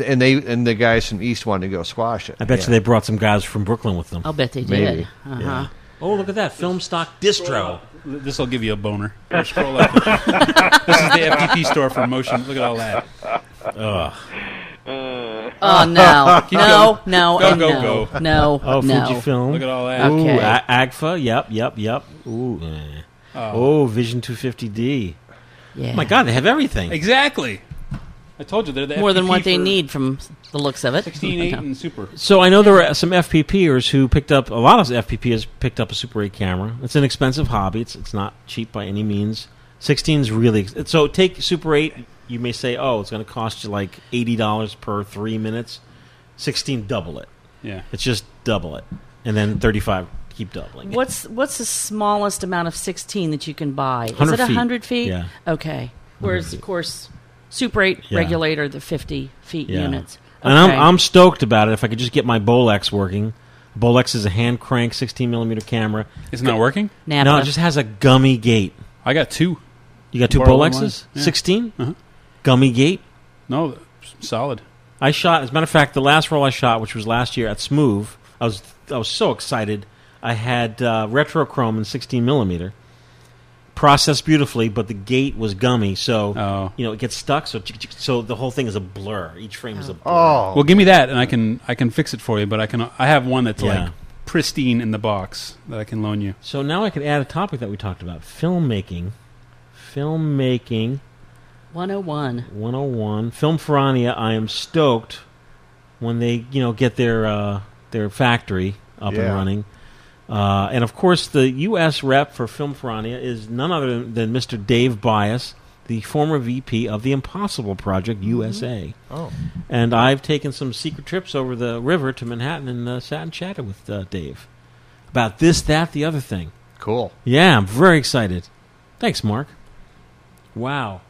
E: and they and the guys from East wanted to go squash it.
A: I bet
E: yeah.
A: you they brought some guys from Brooklyn with them.
B: I'll bet they did.
E: Maybe.
B: Uh-huh.
A: Yeah. Oh, look at that film stock distro.
D: This will give you a boner. Here, scroll up. [LAUGHS] this is the FTP store for motion. Look at all that.
A: Ugh.
B: Oh
A: [LAUGHS]
B: no,
D: Keep
B: no,
D: going.
B: no,
D: Go,
B: and
D: go,
B: no,
D: go.
B: no,
A: Oh,
B: no.
A: Fujifilm.
D: Look at all that.
A: Ooh,
B: Okay.
A: A- Agfa. Yep, yep, yep. Ooh. eh. Oh.
D: Oh.
A: Vision 250D.
B: Yeah.
A: My God, they have everything.
D: Exactly. I told you they're the
B: More than
D: FTP
B: what they
D: for
B: need from the looks of it.
D: 16.8 and super.
A: So I know there were some FPPers who picked up a lot of FPPers picked up a Super 8 camera. It's an expensive hobby. It's it's not cheap by any means. 16 is really ex- so take Super 8. You may say, oh, it's going to cost you like eighty dollars per three minutes. 16, double it.
D: Yeah.
A: it's just double it, and then 35, keep doubling. it.
B: What's what's the smallest amount of sixteen that you can buy? Is
A: 100
B: it
A: feet.
B: hundred feet?
A: Yeah.
B: Okay. Whereas of course, Super Eight
A: Yeah.
B: regulator the fifty feet
A: Yeah.
B: units.
A: And I'm,
B: Okay.
A: I'm stoked about it. If I could just get my Bolex working. Bolex is a hand crank 16 millimeter camera.
D: It's not working?
B: Napa.
A: No, it just has a gummy gate.
D: I got two.
A: You got two
D: Borrow one.
A: Bolexes?
D: Yeah.
A: 16?
D: Uh-huh.
A: Gummy gate?
D: No, s- solid.
A: I shot, as a matter of fact, the last roll I shot, which was last year at Smoove, I was, I was so excited. I had uh, retrochrome in 16 millimeter. Processed beautifully, but the gate was gummy, so
D: Oh.
A: you know it gets stuck. So, chick- chick- so the whole thing is a blur. Each frame is a blur.
E: Oh.
D: Well, give me that, and I can I can fix it for you. But I can I have one that's
A: Yeah.
D: like pristine in the box that I can loan you.
A: So now I can add a topic that we talked about filmmaking. Filmmaking
B: one oh one.
A: 101. Film Ferrania, I am stoked when they, you know, get their uh, their factory up and
E: Yeah.
A: running. Uh, and of course, the U.S. rep for Film Ferrania is none other than, than Mr. Dave Bias, the former VP of the Impossible Project USA.
E: Mm-hmm. Oh.
A: And I've taken some secret trips over the river to Manhattan and uh, sat and chatted with uh, Dave about this, that, the other thing.
E: Cool.
A: Yeah, I'm very excited. Thanks, Mark. Wow.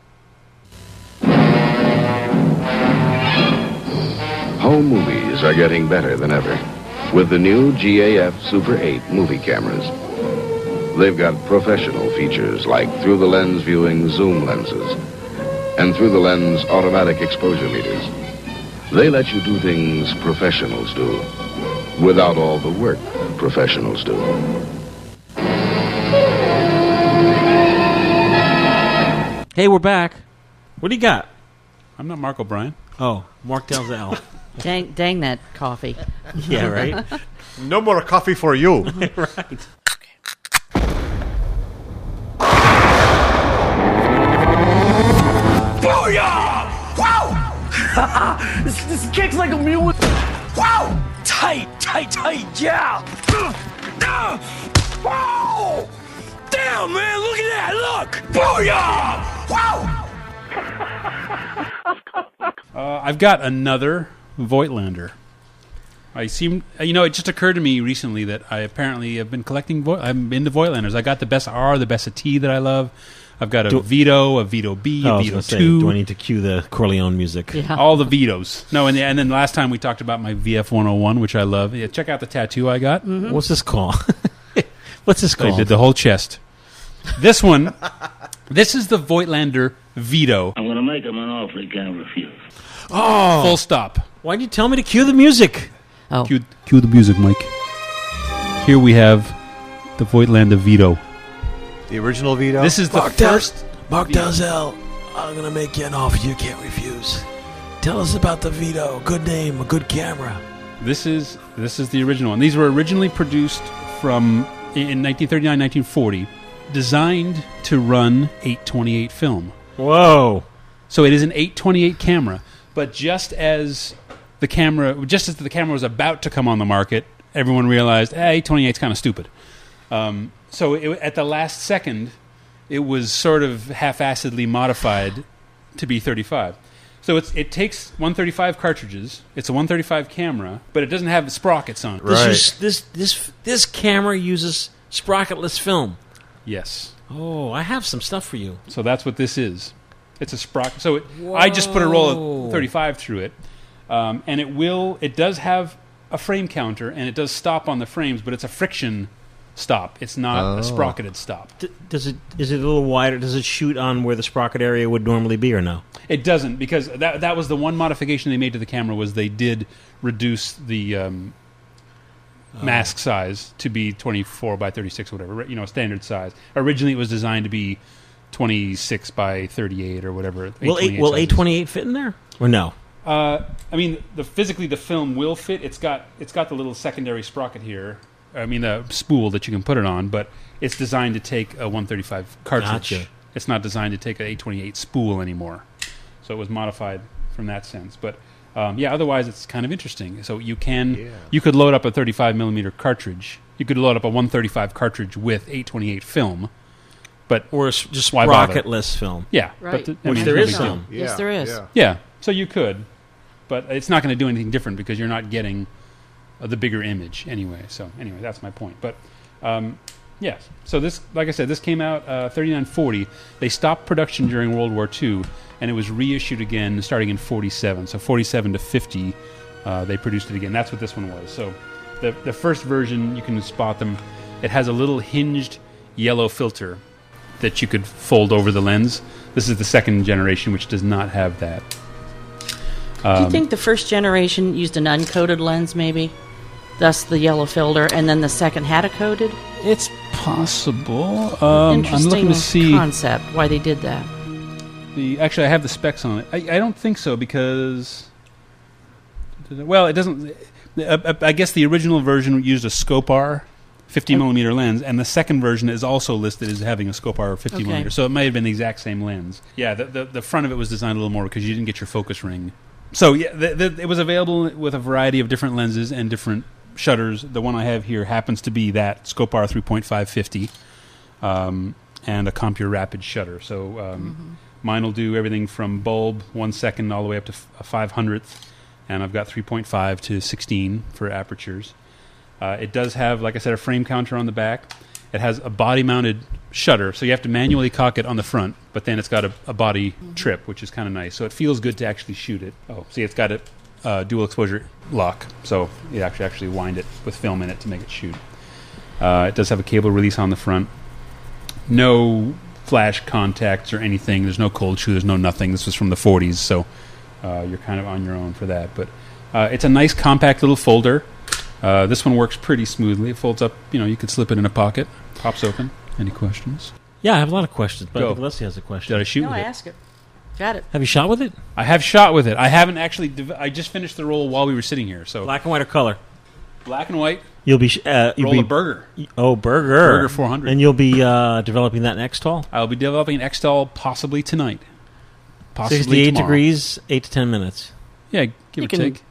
N: Home movies are getting better than ever with the new GAF Super 8 movie cameras. They've got professional features like through the lens viewing zoom lenses and through the lens automatic exposure meters. They let you do things professionals do without all the work professionals do.
A: Hey, we're back. What do you got?
D: I'm not Mark O'Brien.
A: Oh, Mark Dalzell.
B: Dang, dang that coffee.
A: [LAUGHS] Uh, yeah, [LAUGHS] right?
E: No more coffee
B: [LAUGHS]
E: for you.
A: right.
O: Booyah! Wow! [LAUGHS] this, this kicks like a mule. Wow! Tight, tight, tight, yeah! Ah! Wow! Damn, man, look at that, look! Booyah! Wow!
D: Uh, I've got another Voigtlander. I seem, uh, you know, it just occurred to me recently that I apparently have been collecting. Vo- I'm into Voigtlanders. I got the best R, the best T that I love. I've got a
A: Do-
D: Vito, a Vito B,
A: Oh, I
D: a
A: was
D: Vito
A: gonna say,
D: Two.
A: do I need to cue the Corleone music?
D: All the Vitos. No, and, and then last time we talked about my VF 101, which I love.
A: Mm-hmm.
D: Yeah, check out the tattoo I got.
A: [LAUGHS] What's this called? What's this
D: I
A: called?
D: did the whole chest. This one, [LAUGHS] Oh. this is the Voigtlander Vito.
P: I'm going to make him an offer he can't refuse.
A: Oh.
D: Full stop.
A: Why'd you tell me to cue the music?
B: Oh.
D: Cue, cue the music, Mike. Here we have the Voigtlander Vito.
E: The original Vito.
D: This is the
Q: Mark Dal-
D: first.
Q: Mark
D: Vito.
Q: Dalzell, I'm gonna make you an offer you can't refuse. Tell us about the Vito. Good name, a good camera.
D: This is this is the original one. These were originally produced from in 1939-1940, designed to run 828 film.
A: Whoa.
D: So it is an 828 camera, but just as the camera just as the camera was about to come on the market, everyone realized, "Eh, 828 is kind of stupid." Um, so it, at the last second, it was sort of half-assedly modified to be 35. So it's, it takes 135 cartridges. It's a 135 camera, but it doesn't have sprockets on it.
A: This, is, this this this camera uses sprocketless film.
D: Yes.
A: Oh, I have some stuff for you.
D: So that's what this is. It's a sprocket. So it, I just put a roll
A: Whoa.
D: of 35 through it, um, and it will. It does have a frame counter, and it does stop on the frames, but it's a friction stop. It's not
A: Oh.
D: a sprocketed stop.
A: D- does it is it a little wider? Does it shoot on where the sprocket area would normally be, or no?
D: It doesn't because that that was the one modification they made to the camera was they did reduce the um,
A: Oh.
D: mask size to be 24 by 36 or whatever, you know, standard size. Originally it was designed to be 26 by 38 or whatever.
A: Will eight, will
D: sizes.
A: eight twenty eight fit in there, or no?
D: Uh, I mean, the physically the film will fit. It's got it's got the little secondary sprocket here. I mean, the spool that you can put it on, but it's designed to take a 135 cartridge.
A: Gotcha.
D: It's not designed to take an 828 spool anymore. So it was modified from that sense. But um, yeah, otherwise it's kind of interesting. So you can you could load up a 35 millimeter cartridge. You could load up a 135 cartridge with 828 film. But
A: or just
D: why bother?
A: Sprocketless film.
D: Yeah,
B: Right.
D: th- I
A: Which
D: mean,
A: there
D: no
A: is
D: big deal.
A: some.
B: Yes, there is. yeah.
D: Yeah, so you could, but it's not going to do anything different because you're not getting uh, the bigger image anyway. So anyway, that's my point. But um, yeah, so this, like I said, this came out uh, 3940. They stopped production during World War II, and it was reissued again starting in 47. So 47 to 50, uh, they produced it again. That's what this one was. So the the first version, you can spot them. It has a little hinged yellow filter that you could fold over the lens. This is the second generation, which does not have that.
B: Do
D: Um,
B: you think the first generation used an uncoated lens, maybe? Thus the yellow filter, and then the second had a coated?
D: It's possible. Um, I'm
B: Interesting
D: looking to see
B: concept why they did that.
D: the. Actually, I have the specs on it. I, I don't think so because. Well, it doesn't. I, I- I guess the original version used a Scopar 50 millimeter lens, and the second version is also listed as having a Scopar 50
B: Okay.
D: millimeter. So it may have been the exact same lens. Yeah, the, the the front of it was designed a little more because you didn't get your focus ring. So yeah, the, the, it was available with a variety of different lenses and different shutters. The one I have here happens to be that Scopar 3.550 um, and a Compure Rapid shutter. So um, mine will do everything from bulb one second all the way up to f- a five hundredth, and I've got 3.5 to 16 for apertures. Uh, it does have, like I said, a frame counter on the back. It has a body-mounted shutter, so you have to manually cock it on the front, but then it's got a, a body trip, which is kind of nice. So it feels good to actually shoot it. Oh, see, it's got a uh, dual exposure lock, so you actually actually wind it with film in it to make it shoot. Uh, it does have a cable release on the front. No flash contacts or anything. There's no cold shoe. There's no nothing. This was from the 40s, so uh, you're kind of on your own for that. But uh, it's a nice compact little folder. Uh, this one works pretty smoothly. It folds up. You know, you could slip it in a pocket. Pops open. Any questions?
A: Yeah, I have a lot of questions, but
D: Go.
A: I think Leslie has a question.
D: Did I shoot
B: no,
D: with
B: I
D: it?
B: ask it. Got it.
A: Have you shot with it?
D: I have shot with it. I haven't actually. Dev- I just finished the roll while we were sitting here. So
A: Black and white or color?
D: black and white.
A: You'll be sh- uh, you'll
D: Roll a
A: be-
D: burger.
A: Oh, burger.
D: Burger 400.
A: And you'll be uh, developing that next haul.
D: I'll be developing an XTEL possibly tonight. Possibly
A: Sixty-eight
D: tomorrow.
A: degrees, eight to ten minutes.
D: Yeah, give
B: You
D: or
B: can
D: take.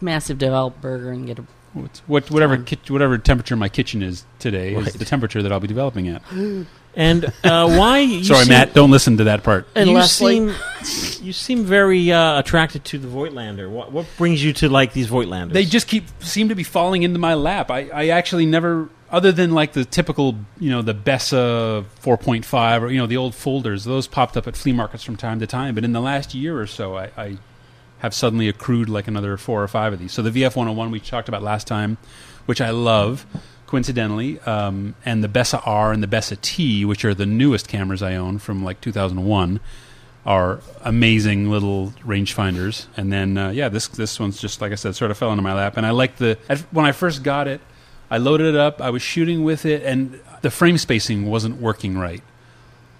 B: massive develop burger and get a.
D: What, what whatever kit, whatever temperature my kitchen is today is the temperature that I'll be developing at.
A: And
D: [LAUGHS]
A: uh, why? You
D: Sorry,
A: seem-
D: Matt. Don't listen to that part.
B: And
A: you
B: Leslie.
A: seem you seem very uh, attracted to the Voigtlander. What, what brings you to like these Voigtlanders?
D: They just keep seem to be falling into my lap. I, I actually never, other than like the typical, you know, the Bessa 4.5 or you know the old folders. Those popped up at flea markets from time to time. But in the last year or so, I, I have suddenly oh accrued like another four or five of these. So the VF 101 we talked about last time, which I love. coincidentally, um, and the Bessa R and the Bessa T, which are the newest cameras I own from like 2001, are amazing little rangefinders. And then uh, yeah, this this one's just like I said, sort of fell into my lap, and I like the at- when I first got it, I loaded it up, I was shooting with it, and the frame spacing wasn't working right.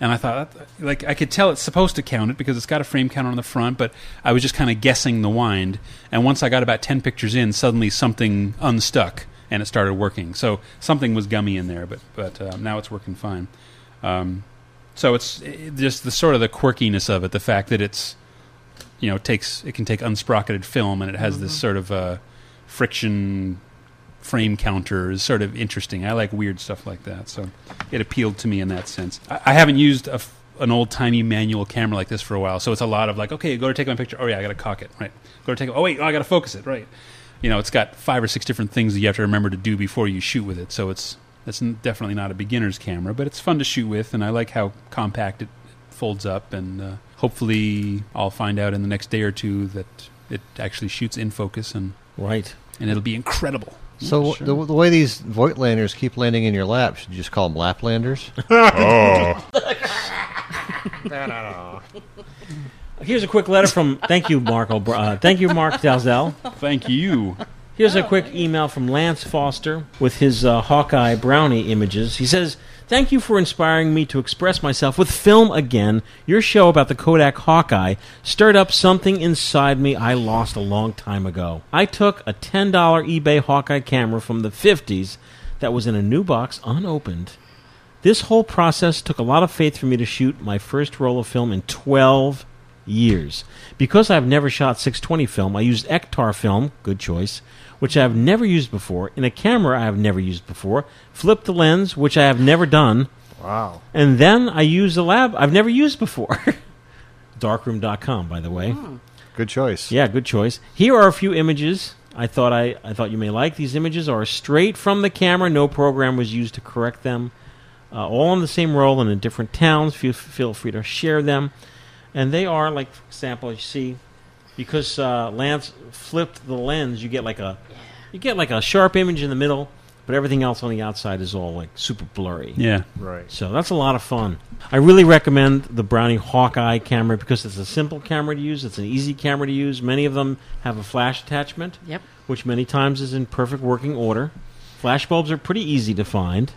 D: And I thought, like, I could tell it's supposed to count it because it's got a frame counter on the front, but I was just kind of guessing the wind. And once I got about 10 pictures in, suddenly something unstuck and it started working. So something was gummy in there, but, but um, now it's working fine. Um, so it's it, just the sort of the quirkiness of it, the fact that it's, you know, takes, it can take unsprocketed film and it has this sort of uh, friction frame counter is sort of interesting. I like weird stuff like that, so it appealed to me in that sense. I, I haven't used a f an old timey manual camera like this for a while, so it's a lot of like, okay, go to take my picture. Oh yeah, I got to cock it. Right. Go to take. Oh wait, oh, I got to focus it. Right. You know, it's got five or six different things that you have to remember to do before you shoot with it. So it's it's n- definitely not a beginner's camera, but it's fun to shoot with, and I like how compact it folds up. And uh, hopefully, I'll find out in the next day or two that it actually shoots in focus and
A: right,
D: and it'll be incredible.
E: So
D: Sure.
E: the, the way these Voigtlanders keep landing in your lap, should you just call them Laplanders?
A: Here's a quick letter from thank you, Mark. O'Br- uh, thank you, Mark Dalzell.
D: Thank you.
A: Here's a quick email from Lance Foster with his uh, Hawkeye Brownie images. He says, "Thank you for inspiring me to express myself with film again. Your show about the Kodak Hawkeye stirred up something inside me I lost a long time ago. I took a ten dollar eBay Hawkeye camera from the '50s that was in a new box, unopened." This whole process took a lot of faith for me to shoot my first roll of film in 12 years. Because I've never shot 620 film, I used Ektar film, good choice, which I've never used before, in a camera I have never used before, flipped the lens, which I have never done.
E: Wow.
A: And then I used a lab I've never used before. [LAUGHS] Darkroom.com, by the way.
E: Good choice.
A: Yeah, good choice. Here are a few images I thought I, I thought you may like. These images are straight from the camera. No program was used to correct them. Uh, all on the same roll and in different towns. Feel, feel free to share them. And they are like, for example, you see, because uh, Lance flipped the lens, you get like a you get like a sharp image in the middle, but everything else on the outside is all like super blurry.
D: Yeah.
E: Right.
A: So that's a lot of fun. I really recommend the Brownie Hawkeye camera because it's a simple camera to use. It's an easy camera to use. Many of them have a flash attachment,
B: Yep.
A: which many times is in perfect working order. Flash bulbs are pretty easy to find.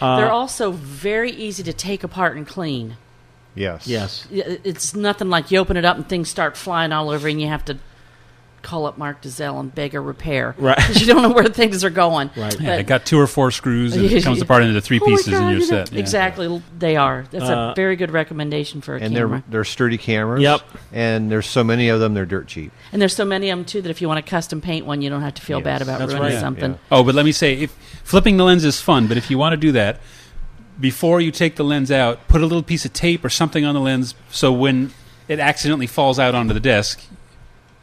A: Uh,
B: They're also very easy to take apart and clean.
E: Yes.
A: Yes.
B: Y- It's nothing like you open it up and things start flying all over, and you have to call up Mark Dizelle and beg a repair.
D: Right.
B: 'Cause you don't know where things are going.
A: Right.
D: Yeah, it got two or four screws and it comes apart into three
B: Oh my
D: pieces
B: God,
D: and you're
B: you know-
D: set. Yeah.
B: Exactly. They are. That's
E: Uh,
B: a very good recommendation for a
E: And
B: camera.
E: they're they're sturdy cameras.
A: Yep.
E: And there's so many of them, they're dirt cheap.
B: And there's so many of them too that if you want to custom paint one, you don't have to feel bad about ruining something.
D: Oh, but let me say, if flipping the lens is fun, but if you want to do that, before you take the lens out, put a little piece of tape or something on the lens so when it accidentally falls out onto the desk,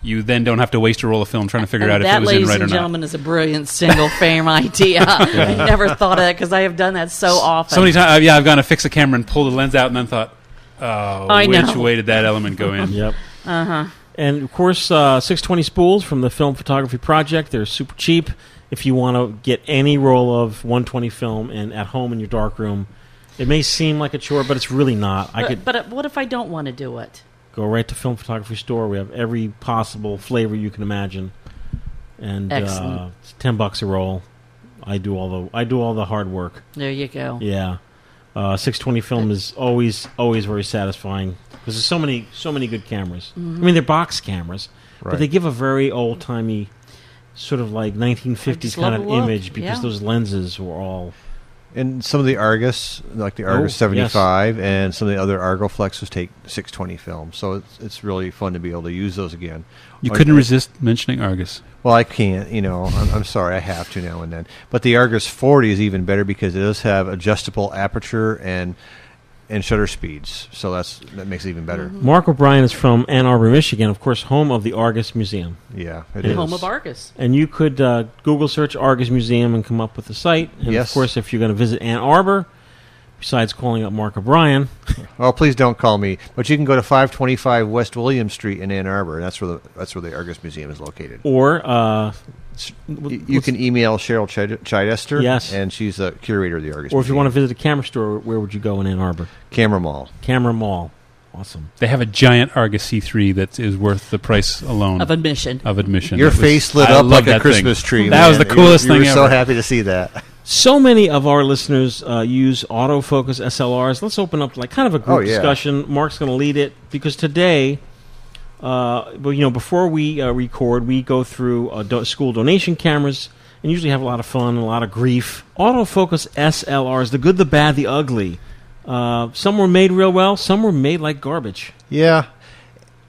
D: you then don't have to waste a roll of film trying to figure
B: And
D: out if
B: that,
D: it was in
B: ladies
D: right or
B: and
D: not.
B: gentlemen, is a brilliant single frame [LAUGHS]
D: [LAUGHS]
B: idea. I never thought of that because I have done that so often.
D: So many times, uh, yeah, I've gone to fix a camera and pulled the lens out and then thought, oh,
B: I
D: which
B: know.
D: way did that element go
B: [LAUGHS]
D: in?
A: Yep.
B: Uh huh.
A: And of course, uh, 620 spools from the Film Photography Project. They're super cheap. If you want to get any roll of 120 film and at home in your darkroom, it may seem like a chore, but it's really not. I
B: but,
A: could
B: but, uh, what if I don't want to do it?
A: go right to Film Photography Store. We have every possible flavor you can imagine, and uh,
B: Excellent.
A: it's 10 bucks a roll. I do all the I do all the hard work.
B: There you go.
A: Yeah, uh, 620 film is always always very satisfying because there's so many so many good cameras.
B: Mhm.
A: I mean, they're box cameras, but
E: Right.
A: they give a very old timey, sort of like 1950s
B: love
A: kind of
B: the look,
A: image because
B: yeah.
A: those lenses were all
E: And some of the Argus, like the
A: Oh,
E: Argus
A: yes.
E: 75, and some of the other Argo Flexes take 620 film. So it's, it's really fun to be able to use those again.
D: You
E: Or-
D: couldn't resist mentioning Argus.
E: Well, I can't, you know. I'm, I'm sorry, I have to now and then. But the Argus 40 is even better because it does have adjustable aperture and and shutter speeds. So that's that makes it even better.
A: Mark O'Brien is from Ann Arbor, Michigan, of course, home of the Argus Museum.
E: Yeah, it
A: And-
E: is.
B: Home of Argus.
A: And you could uh, Google search Argus Museum and come up with the site. And
E: Yes.
A: of course, if you're going to visit Ann Arbor, besides calling up Mark O'Brien, [LAUGHS]
E: Well, Oh, please don't call me, but you can go to 525 West William Street in Ann Arbor, and that's where the that's where the Argus Museum is located.
A: or uh,
E: You, you can email Cheryl Chid- Chidester.
A: Yes.
E: and she's the curator of the Argus.
A: Or if you want to visit a camera store, where would you go in Ann Arbor?
E: Camera Mall.
A: Camera Mall. Awesome.
D: They have a giant Argus C3 that is worth the price alone
B: Of admission.
D: Of admission.
E: Your
D: That was-
E: face lit
D: I
E: up
D: love
E: like a
D: that thing.
E: Christmas tree.
D: That was the
E: man.
D: coolest
E: you, you
D: thing
E: were
D: ever.
E: So happy to see that.
A: So many of our listeners uh, use autofocus SLRs. Let's open up like kind of a group
E: Oh, yeah.
A: discussion. Mark's going to lead it because today, uh, well, you know, before we uh, record, we go through uh, do- school donation cameras and usually have a lot of fun, a lot of grief. Autofocus SLRs, the good, the bad, the ugly. Uh, some were made real well. Some were made like garbage.
E: Yeah.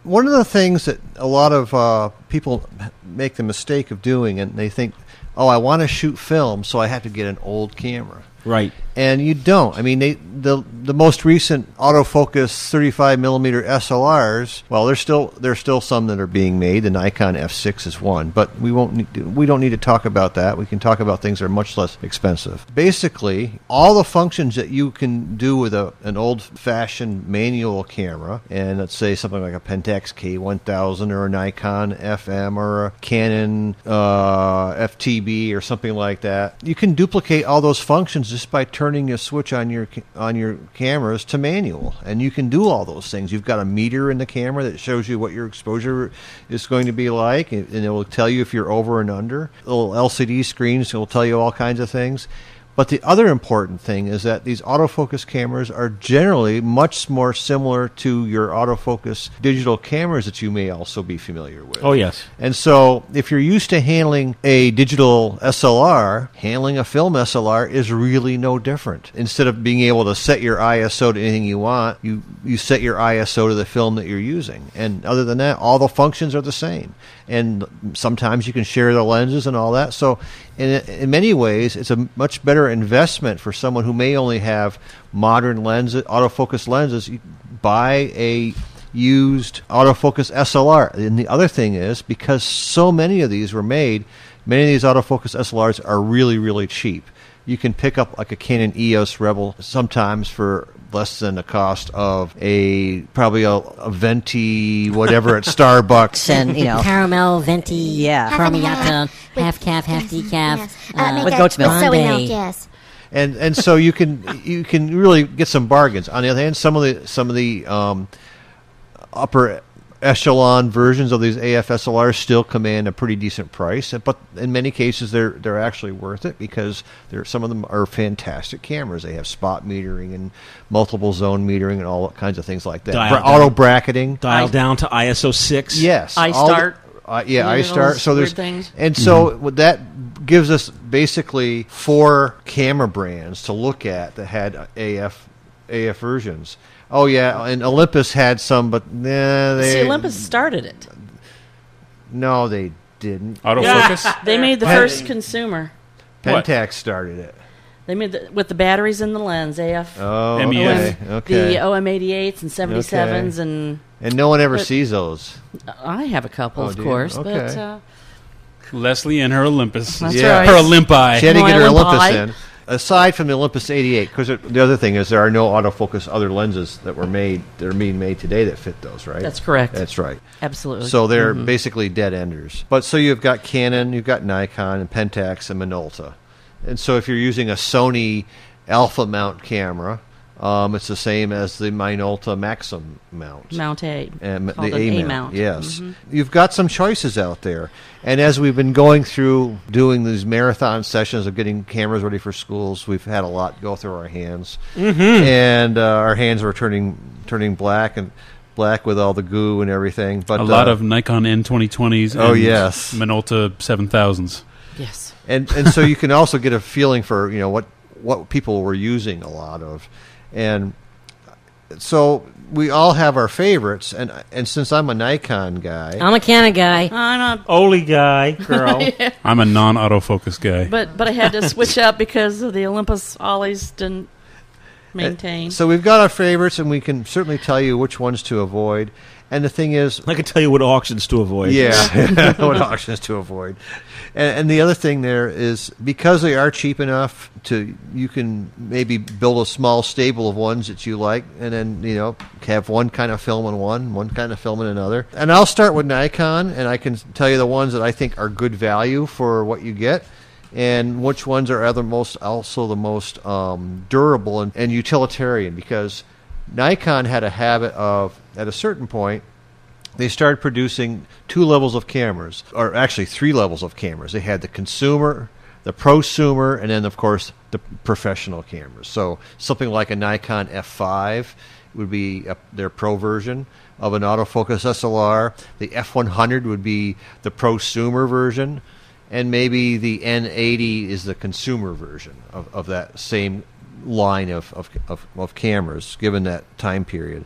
E: One of the things that a lot of uh, people make the mistake of doing, and they think, oh, I want to shoot film, so I have to get an old camera.
A: Right.
E: And you don't. I mean, they, the the most recent autofocus 35 millimeter SLRs. Well, there's still there's still some that are being made. The Nikon F6 is one, but we won't need to, we don't need to talk about that. We can talk about things that are much less expensive. Basically, all the functions that you can do with a, an old fashioned manual camera, and let's say something like a Pentax K1000 or a Nikon FM or a Canon uh, FTB or something like that, you can duplicate all those functions just by turning a switch on your ca- on your cameras to manual, and you can do all those things. You've got a meter in the camera that shows you what your exposure is going to be like, and and it will tell you if you're over and under. Little LCD screens will tell you all kinds of things. But the other important thing is that these autofocus cameras are generally much more similar to your autofocus digital cameras that you may also be familiar with.
A: Oh, yes.
E: And so, if you're used to handling a digital SLR, handling a film SLR is really no different. Instead of being able to set your ISO to anything you want, you, you set your ISO to the film that you're using. And other than that, all the functions are the same. And sometimes you can share the lenses and all that. So, in, in many ways, it's a much better investment for someone who may only have modern lenses, autofocus lenses. You buy a used autofocus SLR. And the other thing is because so many of these were made, many of these autofocus SLRs are really really cheap. You can pick up like a Canon EOS Rebel sometimes for less than the cost of a probably a, a venti whatever at Starbucks
R: and you know caramel venti
S: yeah
R: parmigiana half calf half decaf uh,
S: make With that- goat's milk. with soy milk,
R: Bombay.
S: yes.
E: and and so you can you can really get some bargains. On the other hand, some of the some of the um, upper echelon versions of these AFSLRs still command a pretty decent price, but in many cases they're they're actually worth it because they're some of them are fantastic cameras. They have spot metering and multiple zone metering and all kinds of things like that.
A: Dial
E: Bra- auto
A: down.
E: bracketing,
A: Dial down to ISO six.
E: Yes, all the- uh, yeah,
A: You
E: I
A: know,
E: start.
A: those
E: So there's
A: weird things.
E: and
B: Mm-hmm.
E: so what that gives us basically four camera brands to look at that had AF AF versions. Oh yeah, and Olympus had some, but nah, they
B: See, Olympus started it.
E: no, they didn't.
B: they made the
E: Pen-
B: first consumer.
E: Pentax started it.
B: They made the, with the batteries in the lens, AF.
E: Oh,
B: OM
E: okay, okay.
B: The OM88s and 77s
E: Okay.
B: and
E: and no one ever
B: but-
E: sees those.
B: I have a couple,
E: Oh,
B: of
E: do you?
B: course, but
E: Okay.
B: uh,
D: Leslie and her Olympus.
B: That's Yeah. right.
D: Her Olympi.
E: She had to
B: My
E: get her
B: Olympus.
E: Olympus in. Aside from the Olympus 88, because the other thing is there are no autofocus other lenses that were made that are being made today that fit those, right?
B: That's correct.
E: That's right.
B: Absolutely.
E: So they're
B: Mhm.
E: basically dead enders. But so you've got Canon, you've got Nikon, and Pentax, and Minolta. And so if you're using a Sony Alpha mount camera, um, it's the same as the Minolta Maxim mount.
B: Mount A.
E: And
B: Called
E: uh, um, the
B: an A
E: A mount.
B: mount.
E: Yes.
B: Mhm.
E: You've got some choices out there. And as we've been going through doing these marathon sessions of getting cameras ready for schools, we've had a lot go through our hands.
D: Mm-hmm.
A: Mhm.
E: And uh, our hands were turning turning black and black with all the goo and everything. But
D: a lot
E: uh,
D: of Nikon N2020s.
E: Oh,
D: and
E: yes.
D: Minolta 7000s.
B: Yes.
E: and and so you can also get a feeling for you know what what people were using a lot of, and so we all have our favorites. And and since I'm a Nikon guy,
R: i'm a canon guy
B: i'm a
A: Oli
E: [LAUGHS]
A: guy, girl.
B: Yeah.
D: I'm a non autofocus guy.
B: But but I had to switch up because of the Olympus ollies didn't maintain.
E: So we've got our favorites, and we can certainly tell you which ones to avoid. And the thing is,
A: I can tell you what auctions to avoid.
E: Yeah, [LAUGHS] what auctions to avoid. And, and the other thing there is because they are cheap enough to you can maybe build a small stable of ones that you like, and then you know have one kind of film in one, one kind of film in another. And I'll start with Nikon, and I can tell you the ones that I think are good value for what you get. And which ones are other most also the most um, durable and, and utilitarian? Because Nikon had a habit of at a certain point they started producing two levels of cameras, or actually three levels of cameras. They had the consumer, the prosumer, and then, of course, the professional cameras. So something like a Nikon F5 would be a, their pro version of an autofocus SLR. The F100 would be the prosumer version, and maybe the N80 is the consumer version of, of that same line of, of, of, of cameras, given that time period.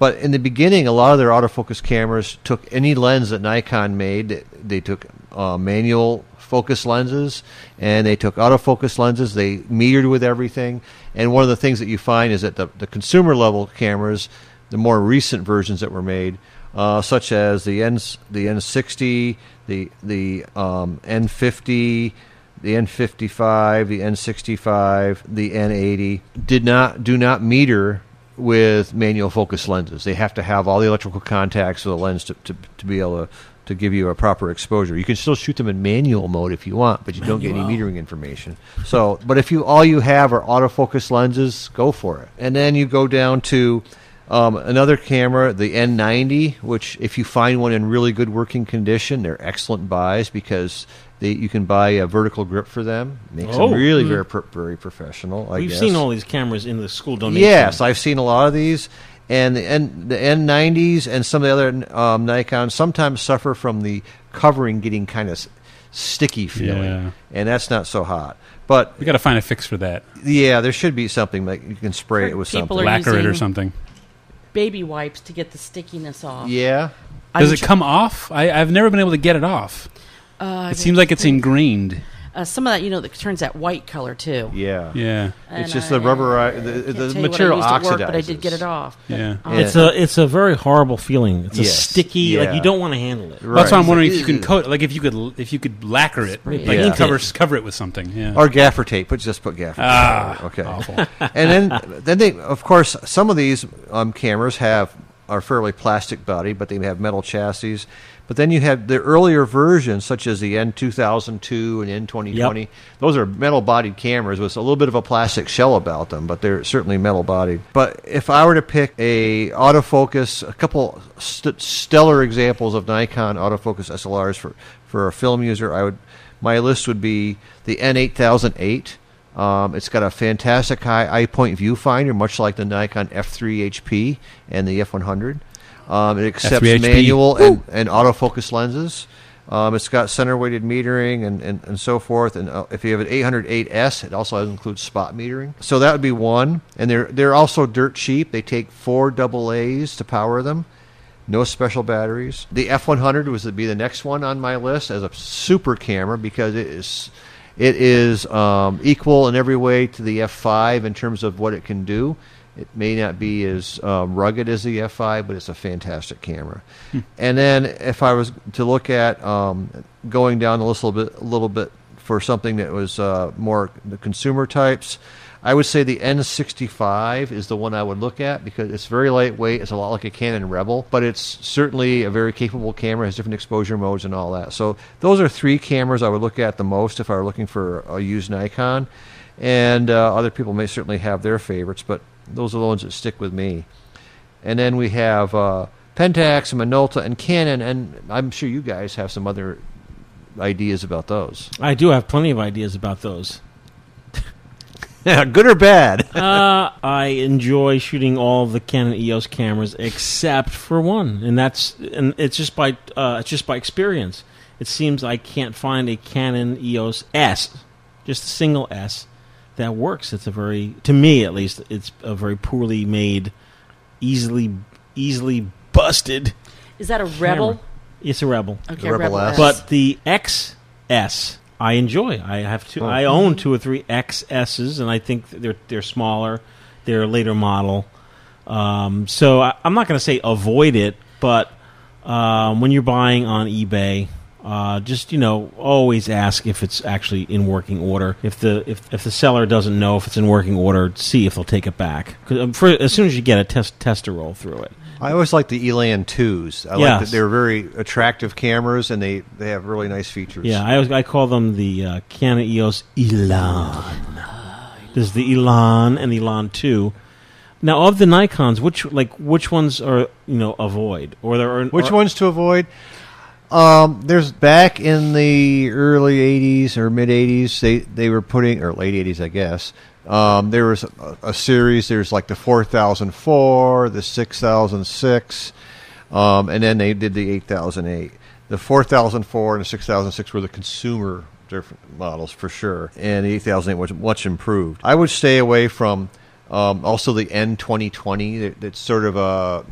E: But in the beginning, a lot of their autofocus cameras took any lens that Nikon made. They took uh, manual focus lenses and they took autofocus lenses. They metered with everything. And one of the things that you find is that the, the consumer level cameras, the more recent versions that were made, uh, such as the N the N60, the the um, N50, the N55, the N65, the N80, did not do not meter with manual focus lenses. They have to have all the electrical contacts of the lens to, to, to be able to, to give you a proper exposure. You can still shoot them in manual mode if you want, but you don't get any metering information. So, but if you all you have are autofocus lenses, go for it. And then you go down to um, another camera, the N90, which if you find one in really good working condition, they're excellent buys because they, you can buy a vertical grip for them. Makes
A: Oh.
E: them really
A: Mm.
E: very pro- very professional. I
A: We've
E: guess.
A: seen all these cameras in the school donation.
E: Yes, I've seen a lot of these, and the N, the N90s and some of the other um, Nikon sometimes suffer from the covering getting kind of s- sticky feeling,
D: Yeah.
E: and that's not so hot. But
D: we got to find a fix for that.
E: yeah, there should be something like you can spray it with
B: People
E: something,
B: are Lacquer it or using-
D: something.
B: Baby wipes to get the stickiness off.
E: Yeah.
B: I'm
D: Does it
B: tr-
D: come off? I, I've never been able to get it off.
B: Uh,
D: it seems like it's ingrained.
B: Uh, some of that, you know, that turns that white color too.
E: Yeah,
D: Yeah.
E: It's just the rubber, the,
B: Can't tell
E: the
B: you what I
E: material
B: used at work, but I
E: oxidizes.
B: did get it off. uh,
D: Yeah.
A: It's a it's a very horrible feeling. It's
D: Yes.
A: a sticky
D: Yeah.
A: like you don't want to handle it.
D: Well, That's why I'm wondering if you can coat, like if you could, if you could lacquer it,
A: Spray
D: like
A: paint
D: cover
A: it.
D: cover it with something. Yeah.
E: Or gaffer tape. Put just put gaffer
D: Ah,
E: tape. Okay.
D: awful.
E: [LAUGHS] and then then they of course some of these um, cameras have are fairly plastic body, but they have metal chassis. But then you have the earlier versions, such as the N2002 and N2020.
A: Yep.
E: Those are metal bodied cameras with a little bit of a plastic shell about them, but they're certainly metal bodied. But if I were to pick a autofocus, a couple st- stellar examples of Nikon autofocus SLRs for, for a film user, I would my list would be the N8008. Um, it's got a fantastic high eye point viewfinder, much like the Nikon F3 HP and the F100. Um, it accepts
D: F3 HP.
E: manual and, and autofocus lenses. Um, it's got center weighted metering and, and, and so forth. And uh, if you have an 808S, it also includes spot metering. So that would be one. And they're, they're also dirt cheap. They take four double A's to power them. No special batteries. The F100 was to be the next one on my list as a super camera because it is it is um, equal in every way to the F5 in terms of what it can do. It may not be as um, rugged as the F5, but it's a fantastic camera. And then if I was to look at um, going down the list a little bit, a little bit for something that was uh, more the consumer types. I would say the N65 is the one I would look at because it's very lightweight. It's a lot like a Canon Rebel, but it's certainly a very capable camera. Has different exposure modes and all that. So those are three cameras I would look at the most if I were looking for a used Nikon. And uh, other people may certainly have their favorites, but those are the ones that stick with me. And then we have uh, Pentax, Minolta, and Canon, and I'm sure you guys have some other ideas
A: [LAUGHS]
E: about those.
A: I do have plenty of ideas about [LAUGHS] those.
E: Yeah, good or bad?
A: uh, I enjoy shooting all the Canon EOS cameras except for one, and that's and it's just by uh, it's just by experience. It seems I can't find a Canon EOS S, just a single S, that works. It's a very to me at least it's a very poorly made, easily easily busted.
B: Is that a rebel?
A: camera. It's a rebel.
B: Okay, Rebel Rebel S. S.
A: But the XS, I enjoy. I have two.
B: Oh.
A: I own two or three XSs, and I think they're they're smaller. They're a later model. Um, so I, I'm not going to say avoid it, But um, when you're buying on eBay, uh, just you know, always ask if it's actually in working order. If the if, if the seller doesn't know if it's in working order, see if they'll take it back. 'Cause, um, for, as soon as you get a test tester roll through it.
E: I always like the Elan twos. I like
A: Yes.
E: that they're very attractive cameras and they, they have really nice features.
A: Yeah, I always, I call them the uh, Canon EOS Elan. There's the Elan and the Elan Two. Now, of the Nikon's, which like which ones are you know avoid or there are
E: Which
A: or-
E: ones to avoid? Um, there's back in the early '80s or mid '80s, they they were putting or late '80s, I guess. Um, there was a, a series. There's like the 4004, the 6006, um, and then they did the 8008. The 4004 and the 6006 were the consumer different models for sure, and the 8008 was much improved. I would stay away from um, also the N2020. that- That's sort of a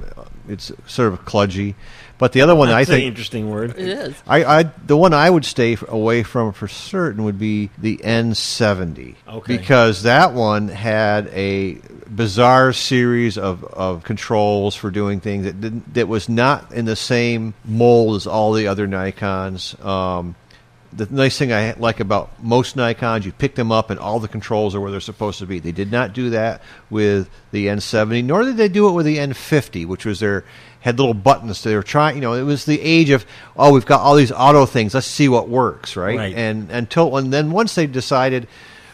E: it's sort of kludgy, but the other one
A: That's
E: I
A: an
E: think
A: interesting word. It is.
E: I, I the one I would stay f- away from for certain would be the N70.
A: Okay.
E: Because that one had a bizarre series of, of controls for doing things that didn't, that was not in the same mold as all the other Nikon's. Um, the nice thing I like about most Nikon's, you pick them up and all the controls are where they're supposed to be. They did not do that with the N70, nor did they do it with the N50, which was their had little buttons. They were trying, you know, it was the age of oh, we've got all these auto things. Let's see what works, right?
A: Right.
E: And until and then once they decided,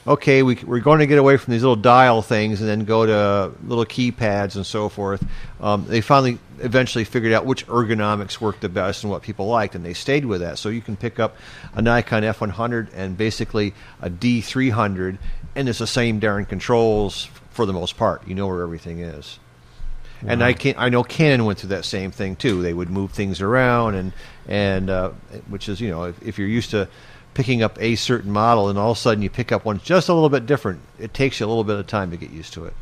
E: okay, we, we're going to get away from these little dial things and then go to little keypads and so forth. Um, they finally eventually figured out which ergonomics worked the best and what people liked, and they stayed with that. So you can pick up a Nikon F100 and basically a D300, and it's the same darn controls for the most part. You know where everything is. And
A: Wow.
E: I can I know Canon went through that same thing too. They would move things around and and uh, which is you know if, if you're used to picking up a certain model and all of a sudden you pick up one just a little bit different, it takes you a little bit of time to get used to it.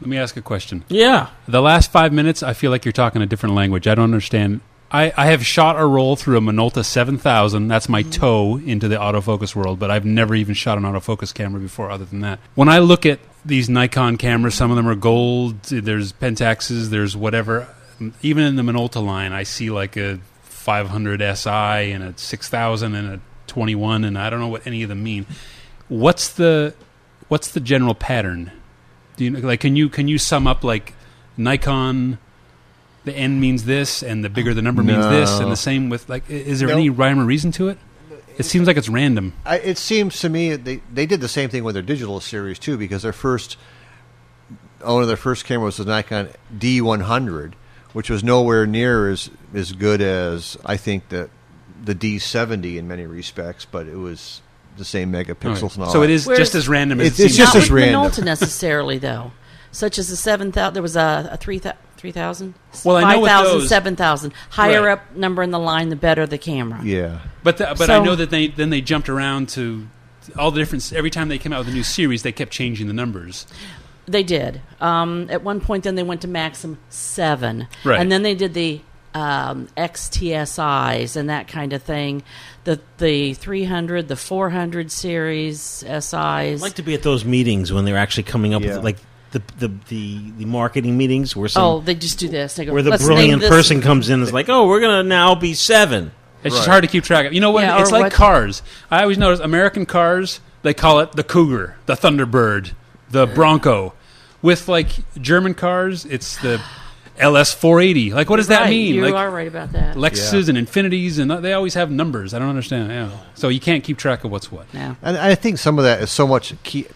D: Let me ask a question.
A: Yeah.
D: The last five minutes, I feel like you're talking a different language. I don't understand. I, I have shot a roll through a Minolta 7000. That's my toe into the autofocus world, but I've never even shot an autofocus camera before other than that. When I look at these Nikon cameras, some of them are gold, there's Pentaxes, there's whatever. Even in the Minolta line, I see like a 500 SI and a 6000 and a 21, and I don't know what any of them mean. What's the what's the general pattern? Do you know, like can you can you sum up like Nikon the N means this and the bigger the number means this and
E: No.
D: the same with like i- is there
E: No.
D: any rhyme or reason to it? It seems like it's random.
E: I, it seems to me they they did the same thing with their digital series too because their first owner of their first camera was the Nikon D100, which was nowhere near as as good as I think the the D70 in many respects, but it was the same megapixels
D: Alright.
E: and all.
D: So it
E: that.
D: is Whereas- just as random as
E: It's,
D: it
E: it's
D: seems.
E: just
D: Not
E: as
D: with
E: random.
B: Minolta necessarily though, such as the seven thousand. There was a, a three thousand. 3,000?
D: Well, I know with
B: 5,000,
D: those-
B: 7,000. Higher
D: Right.
B: up number in the line, the better the camera.
E: Yeah.
D: But the, but I
B: So-
D: know that they then they jumped around to all the different every time they came out with a new series they kept changing the numbers.
B: They did. Um, at one point, then they went to Maxim 7.
D: Right.
B: And then they did the um, XTSIs and that kind of thing. The, the 300, the 400 series SIs.
A: I'd like to be at those meetings when they're actually coming up
B: Yeah.
A: with like the the, the the marketing meetings where some
B: oh, they just do this. They go,
A: where the
B: "Let's name
A: brilliant
B: this."
A: person comes in and is like, oh, we're gonna now be seven.
D: It's just hard to keep track of. You know what?
A: Yeah,
D: it's
A: or
D: like
A: what-
D: cars. I always notice American cars, they call it the Cougar, the Thunderbird, the Bronco. With like German cars, it's the LS480. Like, what does that
B: Right,
D: mean?
B: You
D: like,
B: are right about that.
D: Lexuses and Infinities, and uh, they always have numbers. I don't understand. Yeah. So you can't keep track of what's what.
B: No.
E: And I think some of that is so much key,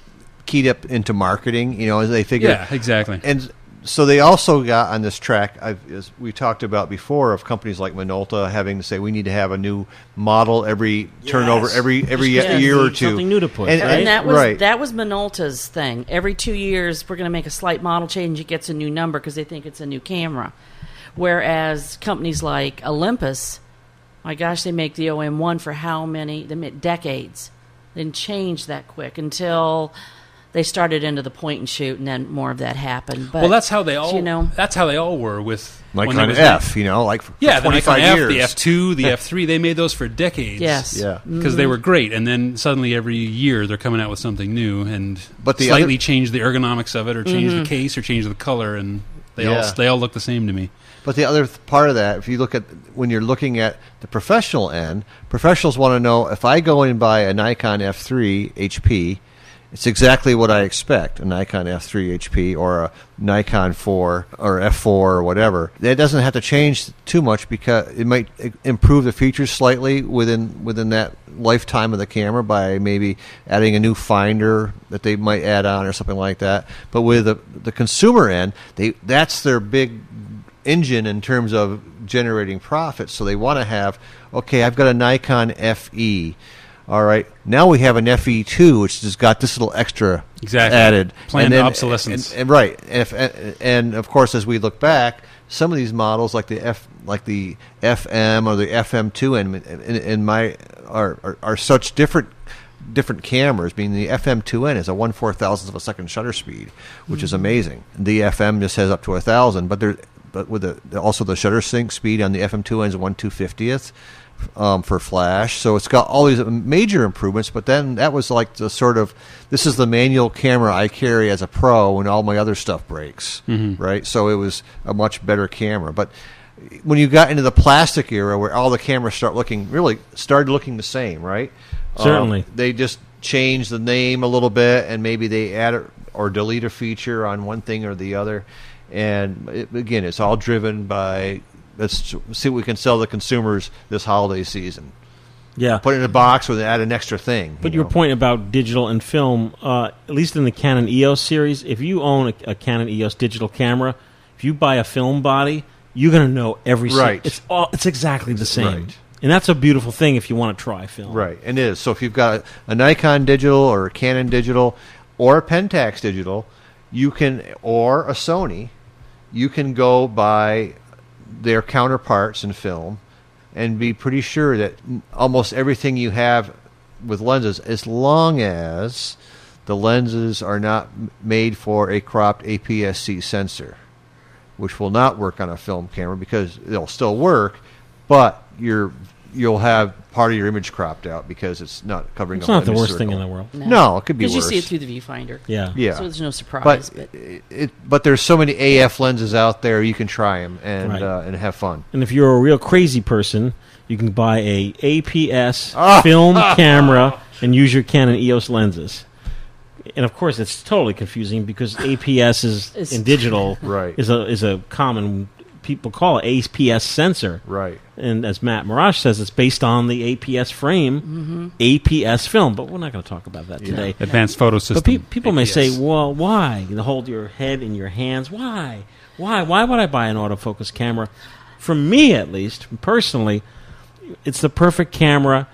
E: keyed up into marketing. You know, as they figure.
D: Yeah, exactly.
E: And so they also got on this track, I've, as we talked about before, of companies like Minolta having to say we need to have a new model every turnover
A: Yes.
E: every every
A: Just 'cause
E: year
A: they
E: or
A: need
E: two.
A: something new to put,
E: And,
A: right?
E: and-
B: And that was
E: right.
B: that was Minolta's thing. Every two years, we're going to make a slight model change. It gets a new number because they think it's a new camera. Whereas companies like Olympus, my gosh, they make the OM1 for how many? They made decades. Didn't change that quick until they started into the point and shoot, and then more of that happened. But
D: well, that's how they all.
B: You know,
D: that's how they all were with
E: like
D: when there
E: on
D: was
E: F, you know, like for
D: Yeah, the
E: 25
D: Nikon F,
E: years.
D: the F two,
E: [LAUGHS]
D: the F three. They made those for decades.
E: Yes. Yeah.
D: because they
E: Mhm.
D: were great. And then suddenly every year they're coming out with something new and
E: But the
D: slightly
E: other-
A: Mm-hmm.
D: change the ergonomics of it, or change the
E: Mhm.
D: case, or change the color, and they
E: Yeah.
D: all they all look the same to me.
E: But the other th- part of that, if you look at when you're looking at the professional end, professionals want to know if I go in and buy a Nikon F3 HP, it's exactly what I expect a Nikon F3 HP or a Nikon 4 or F4 or whatever. That doesn't have to change too much because it might i- improve the features slightly within within that lifetime of the camera by maybe adding a new finder that they might add on or something like that. But with the, the consumer end, they that's their big engine in terms of generating profits. So they want to have, okay, I've got a Nikon FE. All right, now we have an FE2, which has got this little extra
D: Exactly.
E: added
D: Planned
E: And then-
D: obsolescence.
E: and- and- right, and, if, and- and of course, as we look back, some of these models, like the F, like the FM or the FM2, in, in, in my are, are are such different different cameras. Being the FM2N is a one four thousandth of a second shutter speed, which is
D: Mm-hmm.
S: Mhm.
E: amazing. The FM just has up to a thousand, but there, but with the the- also the shutter sync speed on the FM2N is one two fiftieth um, for flash. So it's got all these major improvements. But then that was like the sort of this is the manual camera I carry as a pro when all my other stuff breaks,
D: Mhm.
E: right? So it was a much better camera, but. When you got into the plastic era, where all the cameras start looking really started looking the same, right? Um,
A: Certainly.
E: they just change the name a little bit and maybe they add or- or delete a feature on one thing or the other and it, again it's all driven by let's see what we can sell the consumers this holiday season
A: yeah
E: put it in a box or add an extra thing
A: But your point about digital and film, uh, at least in the Canon EOS series, if you own a, a Canon EOS digital camera, if you buy a film body, you're going to know every. si-
E: Right.
A: it's all. It's exactly the same,
E: Right.
A: and that's a beautiful thing if you want to try film.
E: Right, and it is. So if you've got a Nikon digital or a Canon digital or a Pentax digital, you can or a Sony, you can go buy their counterparts in film and be pretty sure that m- almost everything you have with lenses as long as the lenses are not m- made for a cropped APS-C sensor which will not work on a film camera because it'll still work, but you're you'll have part of your image cropped out because it's not covering.
A: It's
E: whole
A: not the
E: image
A: worst thing
E: circle.
A: in the world.
E: No, it could be worse.
B: Because you see it through the viewfinder.
E: yeah.
B: So there's no surprise.
E: But
B: but-
E: it, it, but there's so many AF lenses out there. You can try them and
A: Right.
E: uh, and have fun.
A: And if you're a real crazy person, you can buy a APS film camera and use your Canon EOS lenses. And of course, it's totally confusing because APS is
Q: It's-
A: in digital
E: Right.
A: is a is a common people call it APS sensor.
E: Right.
A: And as Matt Mirage says, it's based on the APS frame, APS film. But we're not going to talk about that
D: Yeah.
A: today.
D: Advanced photo system,
A: But pe- people may say,
D: APS.
A: "Well, why? You hold your head in your hands. Why? Why? Why would I buy an autofocus camera?" For me, at least personally, it's the perfect camera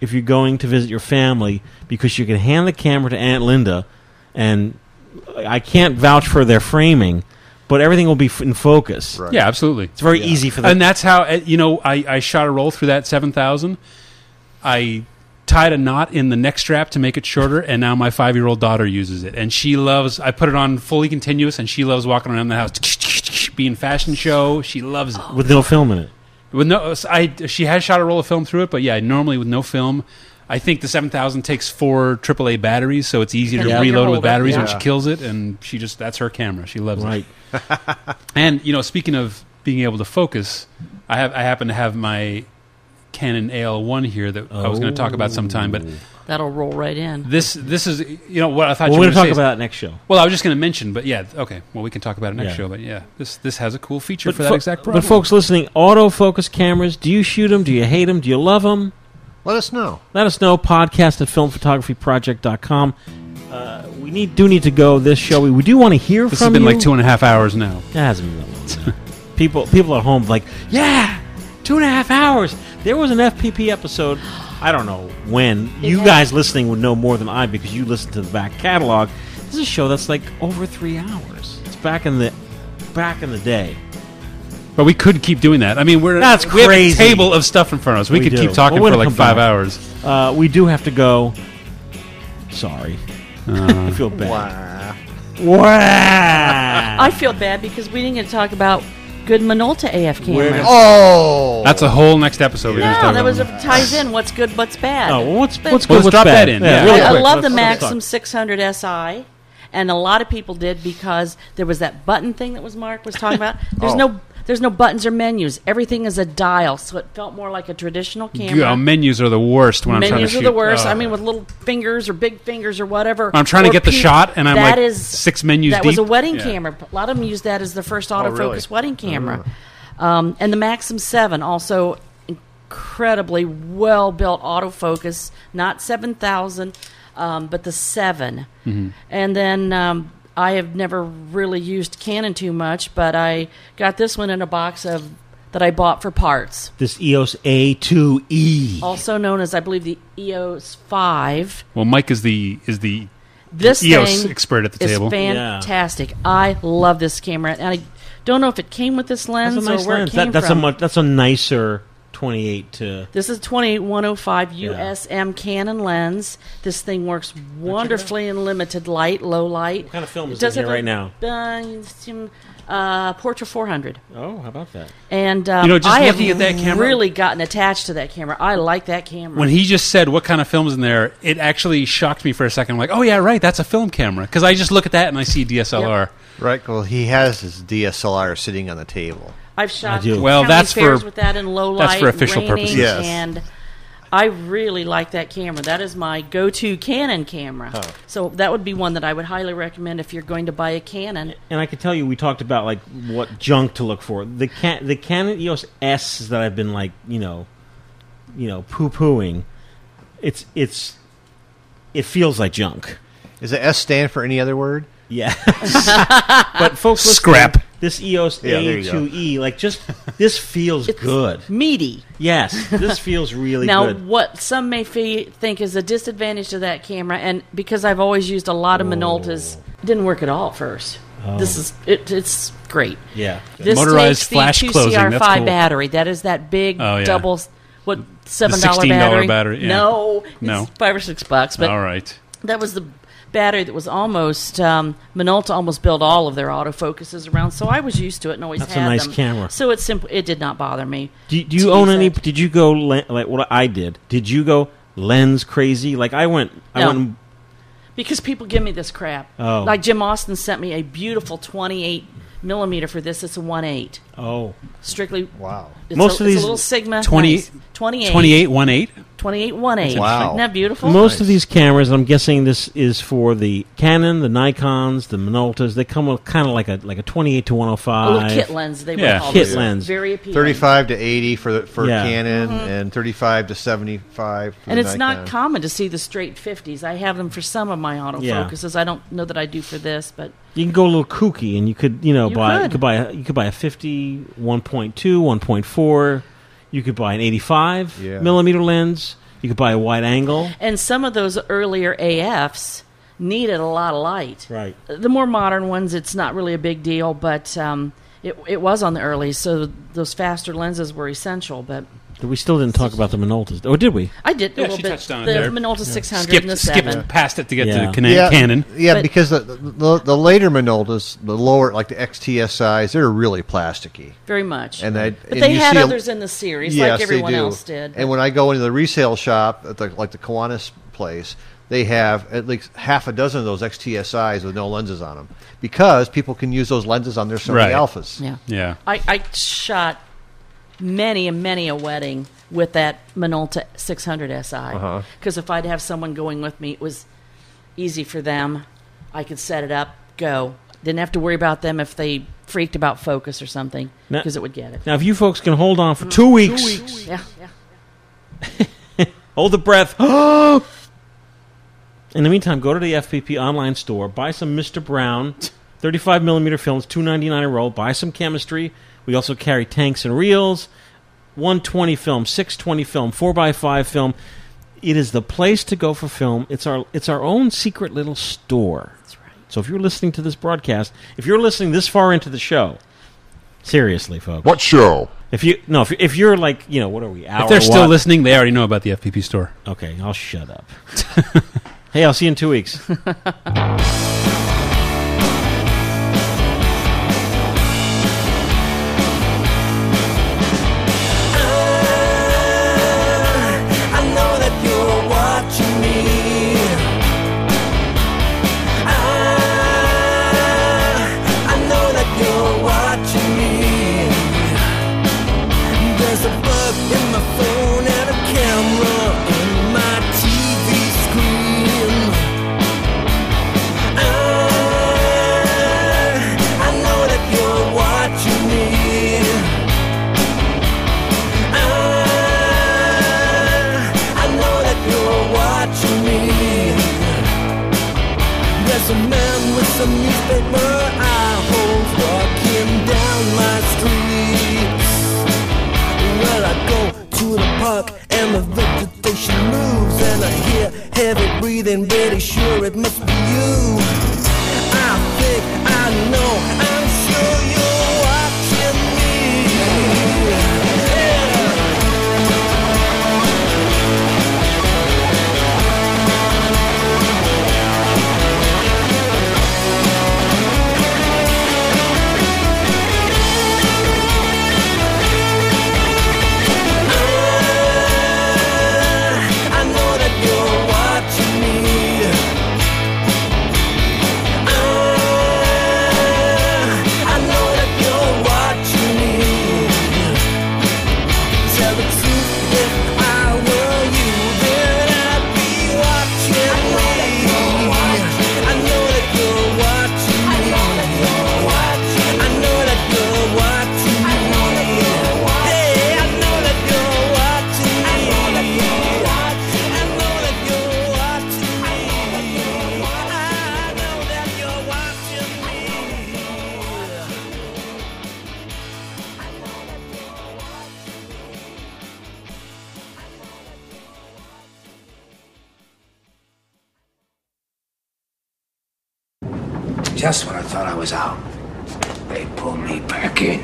A: if you're going to visit your family because you can hand the camera to Aunt Linda, and I can't vouch for their framing, but everything will be f- in focus.
D: Yeah, absolutely.
A: It's very easy for them.
D: And that's how uh, you know I, I shot a roll through that seven thousand. I tied a knot in the neck strap to make it shorter, and now my five year old daughter uses it, and she loves. I put it on fully continuous, and she loves walking around the house, being fashion show. She loves it
A: with no film in it.
D: With no, I she has shot a roll of film through it, but yeah, normally with no film. I think the seven thousand takes four AAA batteries, so it's easier to
A: Yeah.
D: reload with
A: Yeah.
D: batteries when she
A: Yeah.
D: kills it, and she just that's her camera. She loves
A: Right.
D: it. and you know, speaking of being able to focus, I have I happen to have my Canon AL one here that I was going to talk about sometime, but
B: That'll roll right in.
D: this this is you know what I thought
A: Well,
D: you
A: we're
D: were
A: gonna talk
D: going to
A: about it next show.
D: Well, I was just going to mention, but yeah, okay. Well, we can talk about it next
A: Yeah.
D: show, but yeah, this this has a cool feature for that
A: fo-
D: exact
A: but
D: problem.
A: folks listening, autofocus cameras. Do you shoot them? Do you hate them? Do you love them?
E: Let us know.
A: Let us know. Podcast at filmphotographyproject.com. Uh, we need do need to go this show. We, we do want to hear
D: This
A: from
D: has been
A: you.
D: like two and a half hours now.
A: It hasn't been that
D: [LAUGHS]
A: long. people people at home like, yeah, two and a half hours. There was an FPP episode. I don't know when. you
Q: had-
A: guys listening would know more than I because you listen to the back catalog. This is a show that's like over three hours. It's back in the back in the day.
D: But we could keep doing that. I mean, we're
A: That's
D: we have a
A: crazy.
D: table of stuff in front of us. We, could
A: do.
D: keep talking
A: Well, when
D: for
A: it
D: like
A: comes
D: five
A: back.
D: hours.
A: Uh, we do have to go. Sorry, [LAUGHS] I feel bad. Wow.
B: I feel bad because we didn't get to talk about good Minolta AF cameras.
E: Oh,
D: that's a whole next episode. we're gonna
B: No,
D: talk
B: that
D: about
B: was
D: that.
B: a, ties in. What's good? What's bad?
A: Oh, well, what's-
B: But-
A: what's good, Let's what's drop bad? that in, yeah.
B: I-
A: really
B: I,
A: quick,
B: love
A: let's-
B: the
A: let's
B: Maxim 600 SI,
A: [LAUGHS]
B: and a lot of people did because there was that button thing that was Mark was talking about. There's
A: Oh.
B: no. There's no buttons or menus. Everything is a dial, so it felt more like a traditional camera.
D: Yeah, menus are the worst when I'm trying to
B: menus
D: shoot. Uh,
B: are the worst.
D: Ugh.
B: I mean, with little fingers or big fingers or whatever.
D: I'm trying to
B: Or
D: get the
B: peep.
D: shot, and I'm
B: That
D: like
B: is-
D: six menus
B: That was a
D: deep.
B: wedding
D: Yeah.
B: camera. A lot of them use that as the first
D: Oh,
B: autofocus
D: really?
B: wedding camera. Um, and the Maxim 7 also incredibly well built autofocus, not 7000, um, but the 7.
D: Mm-hmm.
O: Mhm.
B: And then um, I have never really used Canon too much, but I got this one in a box of that I bought for parts
A: This EOS E. A2E.
B: also known as I believe the EOS Five.
D: Well, Mike is the is the
B: This
D: EOS
B: thing
D: E expert at the
B: is
D: table.
B: fantastic. I love this camera, and I don't know if it came with this lens
A: That's a
B: or
A: nice
B: where
A: lens.
B: it came
A: That, that's
B: from.
A: a much. That's a nicer 28 to.
B: this is 2105
A: Yeah.
B: USM Canon lens. This thing works wonderfully in limited light, low light. What
A: kind of film is
B: it does
A: in here right
B: have
A: now?
B: a- Uh, Portra 400.
A: Oh, how about that?
B: And um,
D: You know, just
B: I have
D: looking at that camera-
B: really gotten attached to that camera. I like that camera.
D: When he just said what kind of film's in there, it actually shocked me for a second. I'm like, oh yeah, right, that's a film camera. Because I just look at that and I see DSLR.
E: Right. Well, he has his DSLR sitting on the table.
B: I've shot
D: Well,
B: county
D: that's
B: fairs
D: for
B: with that in low light,
D: that's for official
B: raining,
D: purposes. Yes.
B: and I really like that camera. That is my go-to Canon camera.
A: Oh.
B: So that would be one that I would highly recommend if you're going to buy a Canon.
A: And I can tell you, we talked about like what junk to look for. The can the Canon EOS S that I've been like you know, you know, poo pooing. It's it's it feels like junk.
E: Does the S stand for any other word? [LAUGHS]
A: Yeah. but folks, listening,
E: Scrap.
A: this E EOS
E: Yeah, there you go.
A: A2E. E, Like just this feels good.
B: Meaty.
A: Yes, this feels really
B: now,
A: good.
B: what some may fe- think is a disadvantage to that camera, and because I've always used a lot of Minoltas, it didn't work at all at first.
A: Oh.
B: This is it, it's great.
A: Yeah.
B: this
D: Motorized
B: takes the
D: flash
B: two
D: closing, that's
B: CR5
D: cool.
B: battery. That is that big
D: Oh, yeah.
B: double what seven dollar
D: $16
B: battery.
D: battery, yeah.
B: No, it's
D: No.
B: five or six bucks. But
D: All right.
B: that was the battery that was almost um, Minolta almost built all of their autofocuses around. So I was used to it and always
A: That's a
B: had
A: nice
B: them.
A: camera.
B: So it simply it did not bother me.
A: Do, do you own any? Did you go le- like what I did? Did you go lens crazy? Like I went. I
B: No.
A: went.
B: because people give me this crap.
A: Oh.
B: Like Jim Austin sent me a beautiful 28 millimeter for this. It's a 1.8.
A: Oh,
B: Strictly.
E: Wow.
B: It's
D: Most
B: a,
D: of
B: it's a
D: these
B: little Sigma.
D: 20
B: nice. 28.
D: 28 1.8.
B: 28 1.8.
A: Wow.
B: Isn't that beautiful?
A: Most of these cameras, I'm guessing this is for the Canon, the Nikon's, the Minoltas. They come with kind of like a like a 28 to 105
B: A little kit lens, they would Yeah. call
A: kit
B: this.
A: lens.
B: Very appealing.
E: Thirty-five to eighty for the, for
A: Yeah.
E: Canon,
B: Mhm.
E: and thirty-five to seventy-five. For
B: And
E: the
B: it's not
E: Nikon.
B: common to see the straight 50s. I have them for some of my
A: Yeah.
B: autofocuses. I don't know that I do for this, but
A: You can go a little kooky, and you could you know
B: You
A: buy you
B: could.
A: could buy a, you could buy a 50, 1.2, 1.4. You could buy an 85
B: Yeah.
A: millimeter lens. You could buy a wide angle.
B: and some of those earlier AFs needed a lot of light.
A: Right.
B: The more modern ones, it's not really a big deal, but um, it it was on the early, so those faster lenses were essential. But
A: We still didn't talk about the Minoltas, or did we?
B: I did a
D: Yeah,
B: little
D: she
B: bit.
D: touched on it
B: the
D: there.
B: Minolta
D: Yeah.
B: 600
D: Skipped-
B: and the
D: skipped
B: seven.
D: past it to get to the Canon.
E: yeah,
D: Canon.
E: Yeah,
B: But-
E: because the, the the later Minoltas, the lower like the XTSIs, they're really plasticky.
B: Very much.
E: And I,
B: But
E: and
B: they
E: you
B: had
E: see a-
B: others in the series, like
E: yes, they
B: everyone
E: do.
B: else did.
E: And when I go into the resale shop at the, like the Kiwanis place, they have at least half a dozen of those XTSIs with no lenses on them because people can use those lenses on their Sony
D: Right.
E: Alphas.
B: Yeah.
D: Yeah.
B: I, I shot many and many a wedding with that Minolta 600 SI.
E: Uh-huh.
B: Because if I'd have someone going with me, it was easy for them. I could set it up, go. Didn't have to worry about them if they freaked about focus or something,
A: Now-
B: because it would get it.
A: Now, if you folks can hold on for two weeks,
B: Yeah, yeah.
A: [LAUGHS] hold the breath. [GASPS] In the meantime, go to the FPP online store, buy some Mr. Brown, 35 millimeter films, 2.99 a roll. Buy some chemistry. We also carry tanks and reels, 120 film, 620 film, 4x5 film. It is the place to go for film. It's our it's our own secret little store. That's right. So if you're listening to this broadcast, if you're listening this far into the show, seriously, folks.
F: What show?
A: If you no, if, if you're like you know, what are we? Hour
D: If they're still
A: what?
D: listening, they already know about the FPP store.
A: Okay, I'll shut up.
D: [LAUGHS]
A: hey, I'll see you in two weeks.
O: I know that you're watching me. Ah, I know that you're watching me.
S: Ah, dark and the vegetation moves, and I hear heavy breathing. Pretty sure it must be you. I think I know. I'm sure you're watching me. I know that you're watching me. Ah, I know that you're watching me. Tell the truth if I were you, then I'd be watching me. I know that you're watching me. I know that you're watching me. Hey, I know that you're watching me. I know that you're watching me. I know that you're watching me.
H: Just when I thought I was out, they pulled me back in.